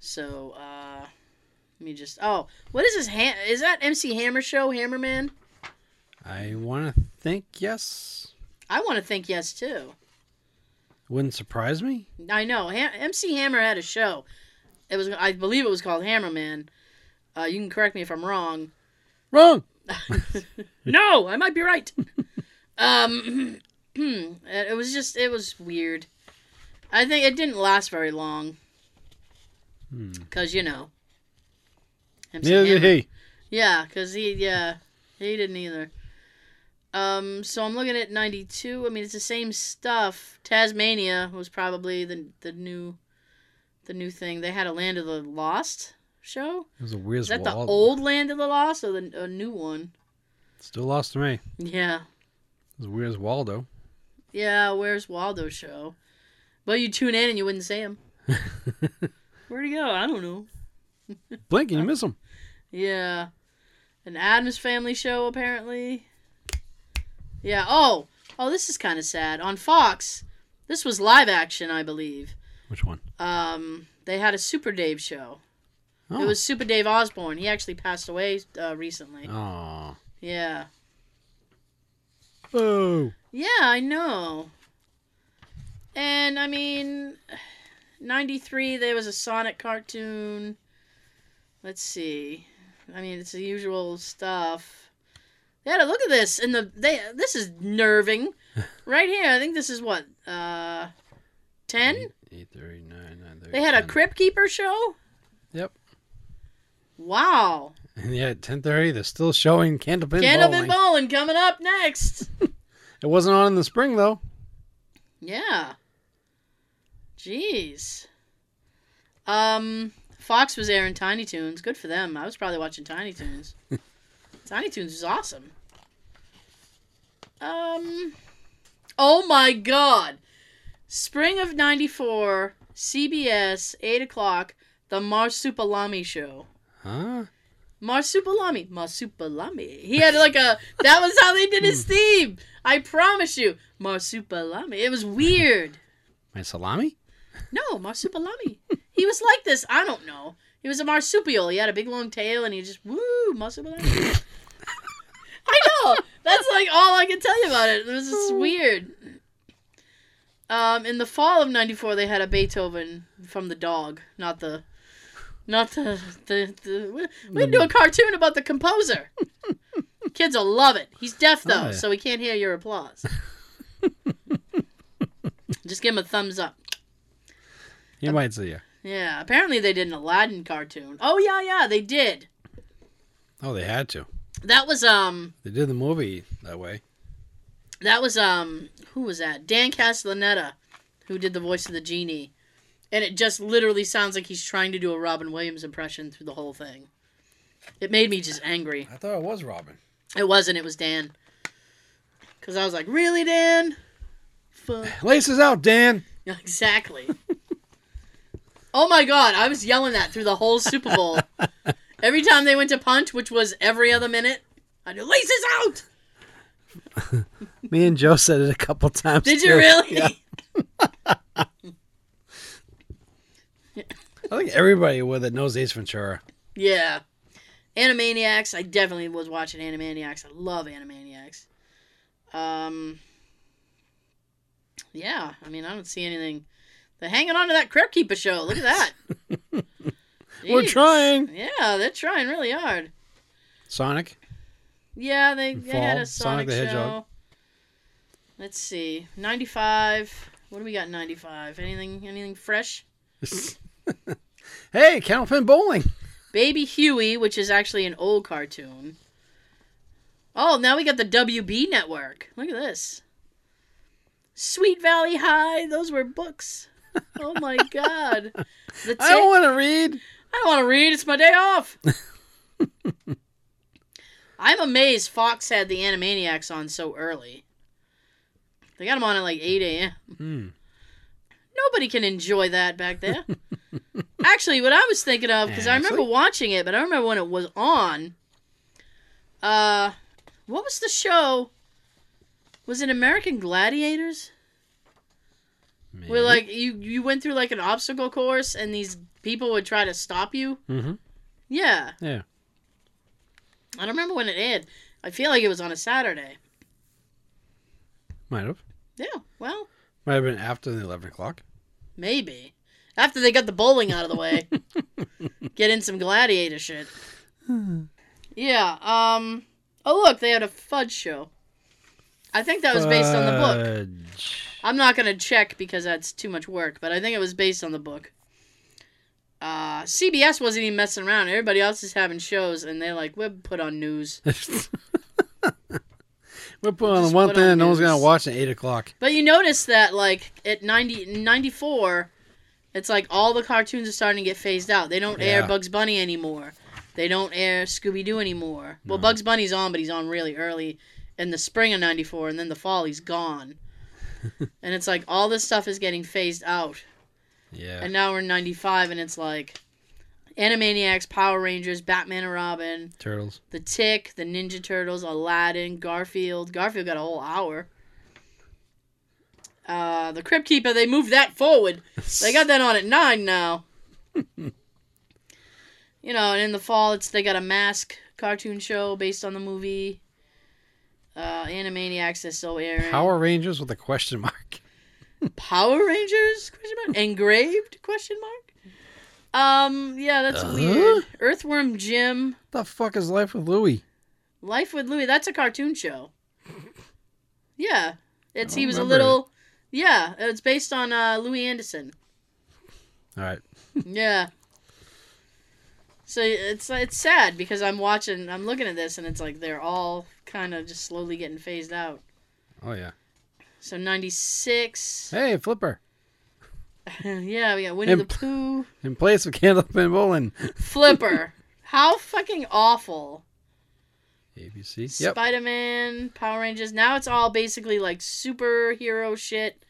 S3: so uh, let me just. Oh, what is this? Ha- is that MC Hammer show? Hammerman.
S2: I want to think yes.
S3: I want to think yes too.
S2: Wouldn't surprise me.
S3: I know. Ha- MC Hammer had a show. It was. I believe it was called Hammerman. Uh, you can correct me if I'm wrong.
S2: Wrong.
S3: no, I might be right. um, it was just it was weird. I think it didn't last very long
S2: Hmm.
S3: because you know. MC
S2: Neither did
S3: Hammer-
S2: he.
S3: Yeah, because he yeah he didn't either. Um, so I'm looking at '92. I mean, it's the same stuff. Tasmania was probably the the new, the new thing. They had a Land of the Lost show.
S2: It was the weirdest
S3: Is that the
S2: wall.
S3: old Land of the Lost or the a new one?
S2: Still lost to me. It
S3: Yeah.
S2: was the weirdest Waldo.
S3: Yeah, where's Waldo show? But you tune in and you wouldn't see him. Where'd he go? I don't know.
S2: Blink and you miss him.
S3: Yeah. An Adams Family show, apparently. Yeah. Oh, oh, this is kind of sad. On Fox, this was live action, I believe.
S2: Which one?
S3: Um, they had a Super Dave show.
S2: Oh.
S3: It was Super Dave Osborne. He actually passed away uh, recently.
S2: Oh. Aw.
S3: Yeah.
S2: Oh.
S3: Yeah, I know. And I mean, 93, there was a Sonic cartoon. Let's see. I mean, it's the usual stuff. They had a look at this and the they this is nerving. right here. I think this is what uh 10?
S2: Eight thirty nine. 9:30,
S3: They had a
S2: 10.
S3: Crypt Keeper show?
S2: Yep.
S3: Wow.
S2: And yeah, at ten thirty, they're still showing Candlepin
S3: Candlepin
S2: Bowling.
S3: Bowling coming up next.
S2: it wasn't on in the spring though.
S3: Yeah. Jeez. Um, Fox was airing Tiny Toons. Good for them. I was probably watching Tiny Toons. Tiny Toons is awesome. Um, oh my God. Spring of 94, CBS, 8 o'clock, The Marsupilami Show.
S2: Huh?
S3: Marsupilami, Marsupilami. He had like a that was how they did his theme. I promise you, Marsupilami. It was weird.
S2: My salami?
S3: No, marsupilami. he was like this. I don't know. He was a marsupial. He had a big long tail, and he just woo marsupilami. I know. That's like all I can tell you about it. It was just
S2: Oh.
S3: weird. Um, in the fall of '94, they had a Beethoven from the dog, not the, not the the. the we- we can do a
S2: Mm-hmm.
S3: cartoon about the composer. Kids will love it. He's deaf though,
S2: Oh, yeah.
S3: so he can't hear your applause. just give him a thumbs up. Uh,
S2: You might say yeah.
S3: Yeah, apparently they did an Aladdin cartoon. Oh yeah, yeah, they did.
S2: Oh, they had to.
S3: That was um
S2: They did the movie that way.
S3: that was um who was that? Dan Castellaneta, who did the voice of the genie. And it just literally sounds like he's trying to do a Robin Williams impression through the whole thing. It made me just angry.
S2: I thought it was Robin.
S3: It wasn't, it was Dan. Cuz I was like, "Really, Dan?" Fuck.
S2: Laces out, Dan.
S3: Exactly. oh my god, I was yelling that through the whole Super Bowl. every time they went to punt, which was every other minute, I do laces out.
S2: Me and Joe said it a couple times.
S3: Did
S2: too.
S3: you really?
S2: Yeah. I think everybody with it knows Ace Ventura.
S3: Yeah. Animaniacs. I definitely was watching Animaniacs. I love Animaniacs. Um. Yeah, I mean, I don't see anything. They're hanging on to that Crypt Keeper show. Look at that.
S2: We're
S3: Jeez.
S2: trying.
S3: Yeah, they're trying really hard.
S2: Sonic.
S3: Yeah, they, they had
S2: Fall,
S3: a
S2: Sonic
S3: Sonic,
S2: the Hedgehog.
S3: show. Let's see, ninety five. What do we got? Ninety five. Anything? Anything fresh?
S2: hey, Cowpin Bowling.
S3: Baby Huey, which is actually an old cartoon. Oh, now we got the WB network. Look at this. Sweet Valley High. Those were books. Oh my God. The
S2: I don't
S3: ta-
S2: want to read.
S3: I don't want to read. It's my day off. I'm amazed Fox had the Animaniacs on so early. They got them on at like 8 a.m.
S2: Hmm.
S3: Nobody can enjoy that back there. Actually, what I was thinking of, because I remember
S2: Actually?
S3: watching it, but I don't remember when it was on. Uh, what was the show? Was it American Gladiators? Where like you you went through like an obstacle course and these people would try to stop you.
S2: hmm
S3: Yeah.
S2: Yeah.
S3: I don't remember when it aired. I feel like it was on a Saturday.
S2: Might have.
S3: Yeah, well,
S2: Might have been after the 11 o'clock.
S3: maybe. After they got the bowling out of the way. Get in some gladiator shit. Yeah, um Oh look, they had a fudge show. I think that was based on the book. I'm not gonna check because that's too much work, but I think it was based on the book. Uh, CBS wasn't even messing around. Everybody else is having shows, and they're like, "We'll put on news."
S2: We're putting on
S3: Just
S2: one
S3: put
S2: thing
S3: on
S2: and no one's going
S3: news.
S2: to watch at 8 o'clock.
S3: But you notice that, like, at 90, 94, it's like all the cartoons are starting to get phased out. They don't air
S2: Yeah.
S3: Bugs Bunny anymore. They don't air Scooby Doo anymore. Well, Bugs Bunny's on, but he's on really early in the spring of 94, and then the fall, he's gone. and it's like all this stuff is getting phased out.
S2: Yeah.
S3: And now we're in 95, and it's like Animaniacs, Power Rangers, Batman and Robin,
S2: Turtles.
S3: The Tick, The Ninja Turtles, Aladdin, Garfield. Garfield got a whole hour. Uh, the Crypt Keeper, they moved that forward. They got that on at 9 now. you know, and in the fall, it's they got a mask cartoon show based on the movie. Uh, Animaniacs is still airing.
S2: Power Rangers with a question mark.
S3: Power Rangers? Question mark. Engraved? Question mark. Um. Yeah, that's
S2: Uh-huh.
S3: weird. Earthworm Jim.
S2: What the fuck is Life with Louie?
S3: Life with Louie. That's a cartoon show. Yeah, it's
S2: I
S3: he was a
S2: remember it.
S3: little. Yeah, it's based on uh, Louis Anderson.
S2: All right.
S3: Yeah. So it's it's sad because I'm watching, I'm looking at this, and it's like they're all kind of just slowly getting phased out.
S2: Oh, yeah.
S3: So '96.
S2: Hey, Flipper.
S3: yeah, we got Winnie
S2: And-
S3: the Pooh.
S2: In place of Candlepin Bowling.
S3: Flipper. How fucking awful.
S2: ABC. Yep.
S3: Spider Man, Power Rangers. Now it's all basically like superhero shit.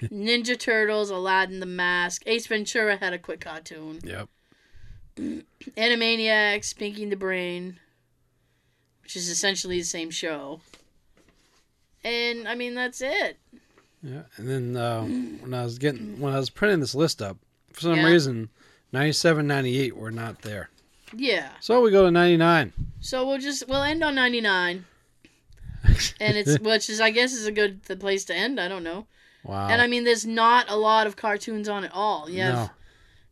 S3: Ninja Turtles, Aladdin the Mask, Ace Ventura had a quick cartoon.
S2: Yep.
S3: Animaniacs, Pinky and the Brain, which is essentially the same show. And I mean that's it.
S2: Yeah, and then uh, when I was getting when I was printing this list up, for some
S3: Yeah.
S2: reason, 97, 98 were not there.
S3: Yeah.
S2: So we go to ninety nine.
S3: So we'll just we'll end on 99. And it's which is I guess is a good the place to end, I don't know.
S2: Wow.
S3: And I mean, there's not a lot of cartoons on at all. You have,
S2: Oh. No.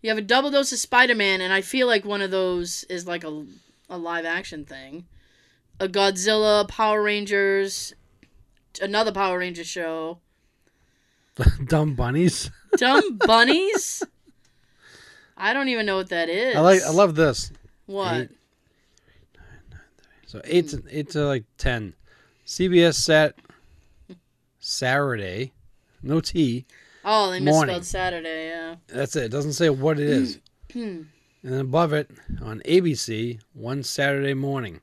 S3: you have a double dose of Spider Man, and I feel like one of those is like a, a live action thing. A Godzilla, Power Rangers, another Power Ranger show,
S2: Dumb bunnies.
S3: Dumb Bunnies. I don't even know what that is.
S2: I like I love this.
S3: what
S2: Eight. So eight to eight to like ten. CBS set Saturday. No T.
S3: oh they misspelled
S2: morning.
S3: Saturday. Yeah,
S2: That's it. It doesn't say what it is.
S3: Hmm.
S2: and then above it on ABC, one Saturday morning.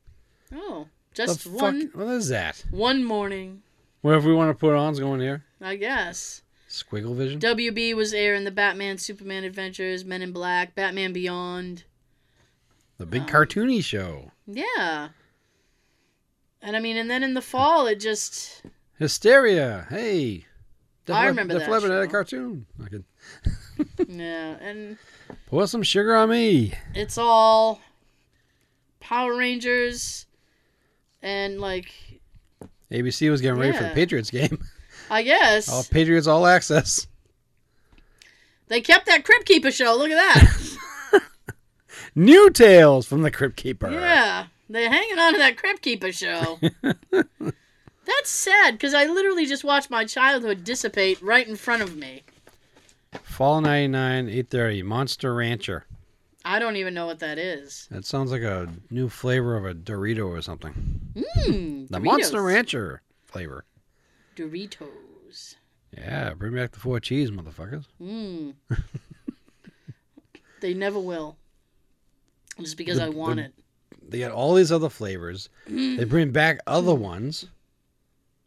S3: oh,
S2: The
S3: just
S2: fuck?
S3: one
S2: What is that?
S3: one morning,
S2: Whatever we want to put on's going here.
S3: I guess.
S2: Squiggle Vision.
S3: WB was airing the Batman, Superman Adventures, Men in Black, Batman Beyond.
S2: The big cartoony show.
S3: Yeah. And I mean, and then in the fall, it just
S2: Hysteria. Hey.
S3: I remember that
S2: Def Leppard had a
S3: show.
S2: cartoon. I could-
S3: yeah, and
S2: Pour some sugar on me.
S3: It's all Power Rangers and like
S2: ABC was getting ready for the
S3: Yeah.
S2: Patriots game.
S3: I guess
S2: All Patriots all access.
S3: they kept that Crypt Keeper show. Look at that.
S2: New tales from the Crypt Keeper.
S3: yeah, they're hanging on to that Crypt Keeper show. That's sad because I literally just watched my childhood dissipate right in front of me.
S2: Fall 99, 830. Monster Rancher.
S3: I don't even know what that is.
S2: That sounds like a new flavor of a Dorito or something.
S3: Mmm.
S2: The
S3: Doritos.
S2: Monster Rancher flavor.
S3: Doritos.
S2: Yeah, bring back the four cheese, motherfuckers.
S3: Mmm. they never will. Just because
S2: The-
S3: I want
S2: the-
S3: it.
S2: They got all these other flavors.
S3: Mm.
S2: They bring back other ones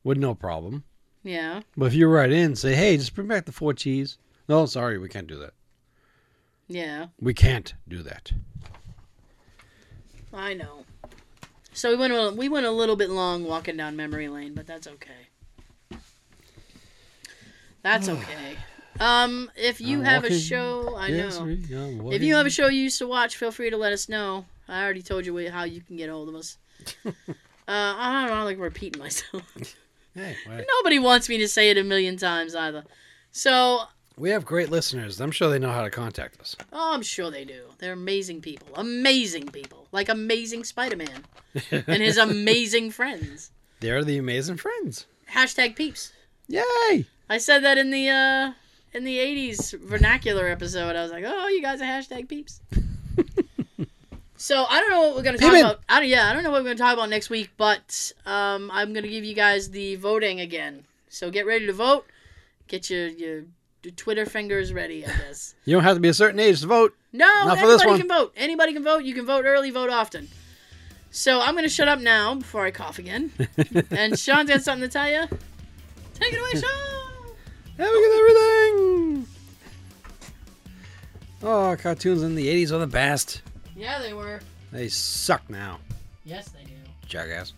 S2: with no problem.
S3: Yeah.
S2: But if you write in and say, hey, just bring back the four cheese. No, sorry, we can't do that.
S3: Yeah.
S2: We can't do that.
S3: I know. So we went a, we went a little bit long walking down memory lane, but that's okay. That's okay. Um, if you
S2: I'm
S3: have
S2: walking-
S3: a show, I
S2: Yes,
S3: know.
S2: we- yeah, what
S3: If you have a show you used to watch, feel free to let us know. I already told you wh- how you can get a hold of us. uh, I don't know, I like repeating myself.
S2: Hey, wait.
S3: Nobody wants me to say it a million times either. So,
S2: we have great listeners. I'm sure they know how to contact us.
S3: oh, I'm sure they do. They're amazing people. Amazing people. Like amazing Spider Man and his amazing friends.
S2: They're the amazing friends.
S3: Hashtag peeps.
S2: Yay!
S3: I said that in the uh in the eighties vernacular episode. I was like, Oh, you guys are hashtag peeps. so I don't know what we're gonna talk
S2: Peepin'.
S3: about. I don't yeah, I don't know what we're gonna talk about next week, but um I'm gonna give you guys the voting again. So get ready to vote. Get your your Twitter fingers ready, I guess.
S2: You don't have to be a certain age to vote.
S3: No,
S2: Not for
S3: anybody
S2: this one.
S3: can vote. Anybody can vote. You can vote early, vote often. So I'm gonna shut up now before I cough again. and Sean's got something to tell you. Take it away, Sean.
S2: Have we got everything? Oh, cartoons in the 80s were the best.
S3: Yeah, they were.
S2: They suck now,
S3: Yes, they do.
S2: jackass.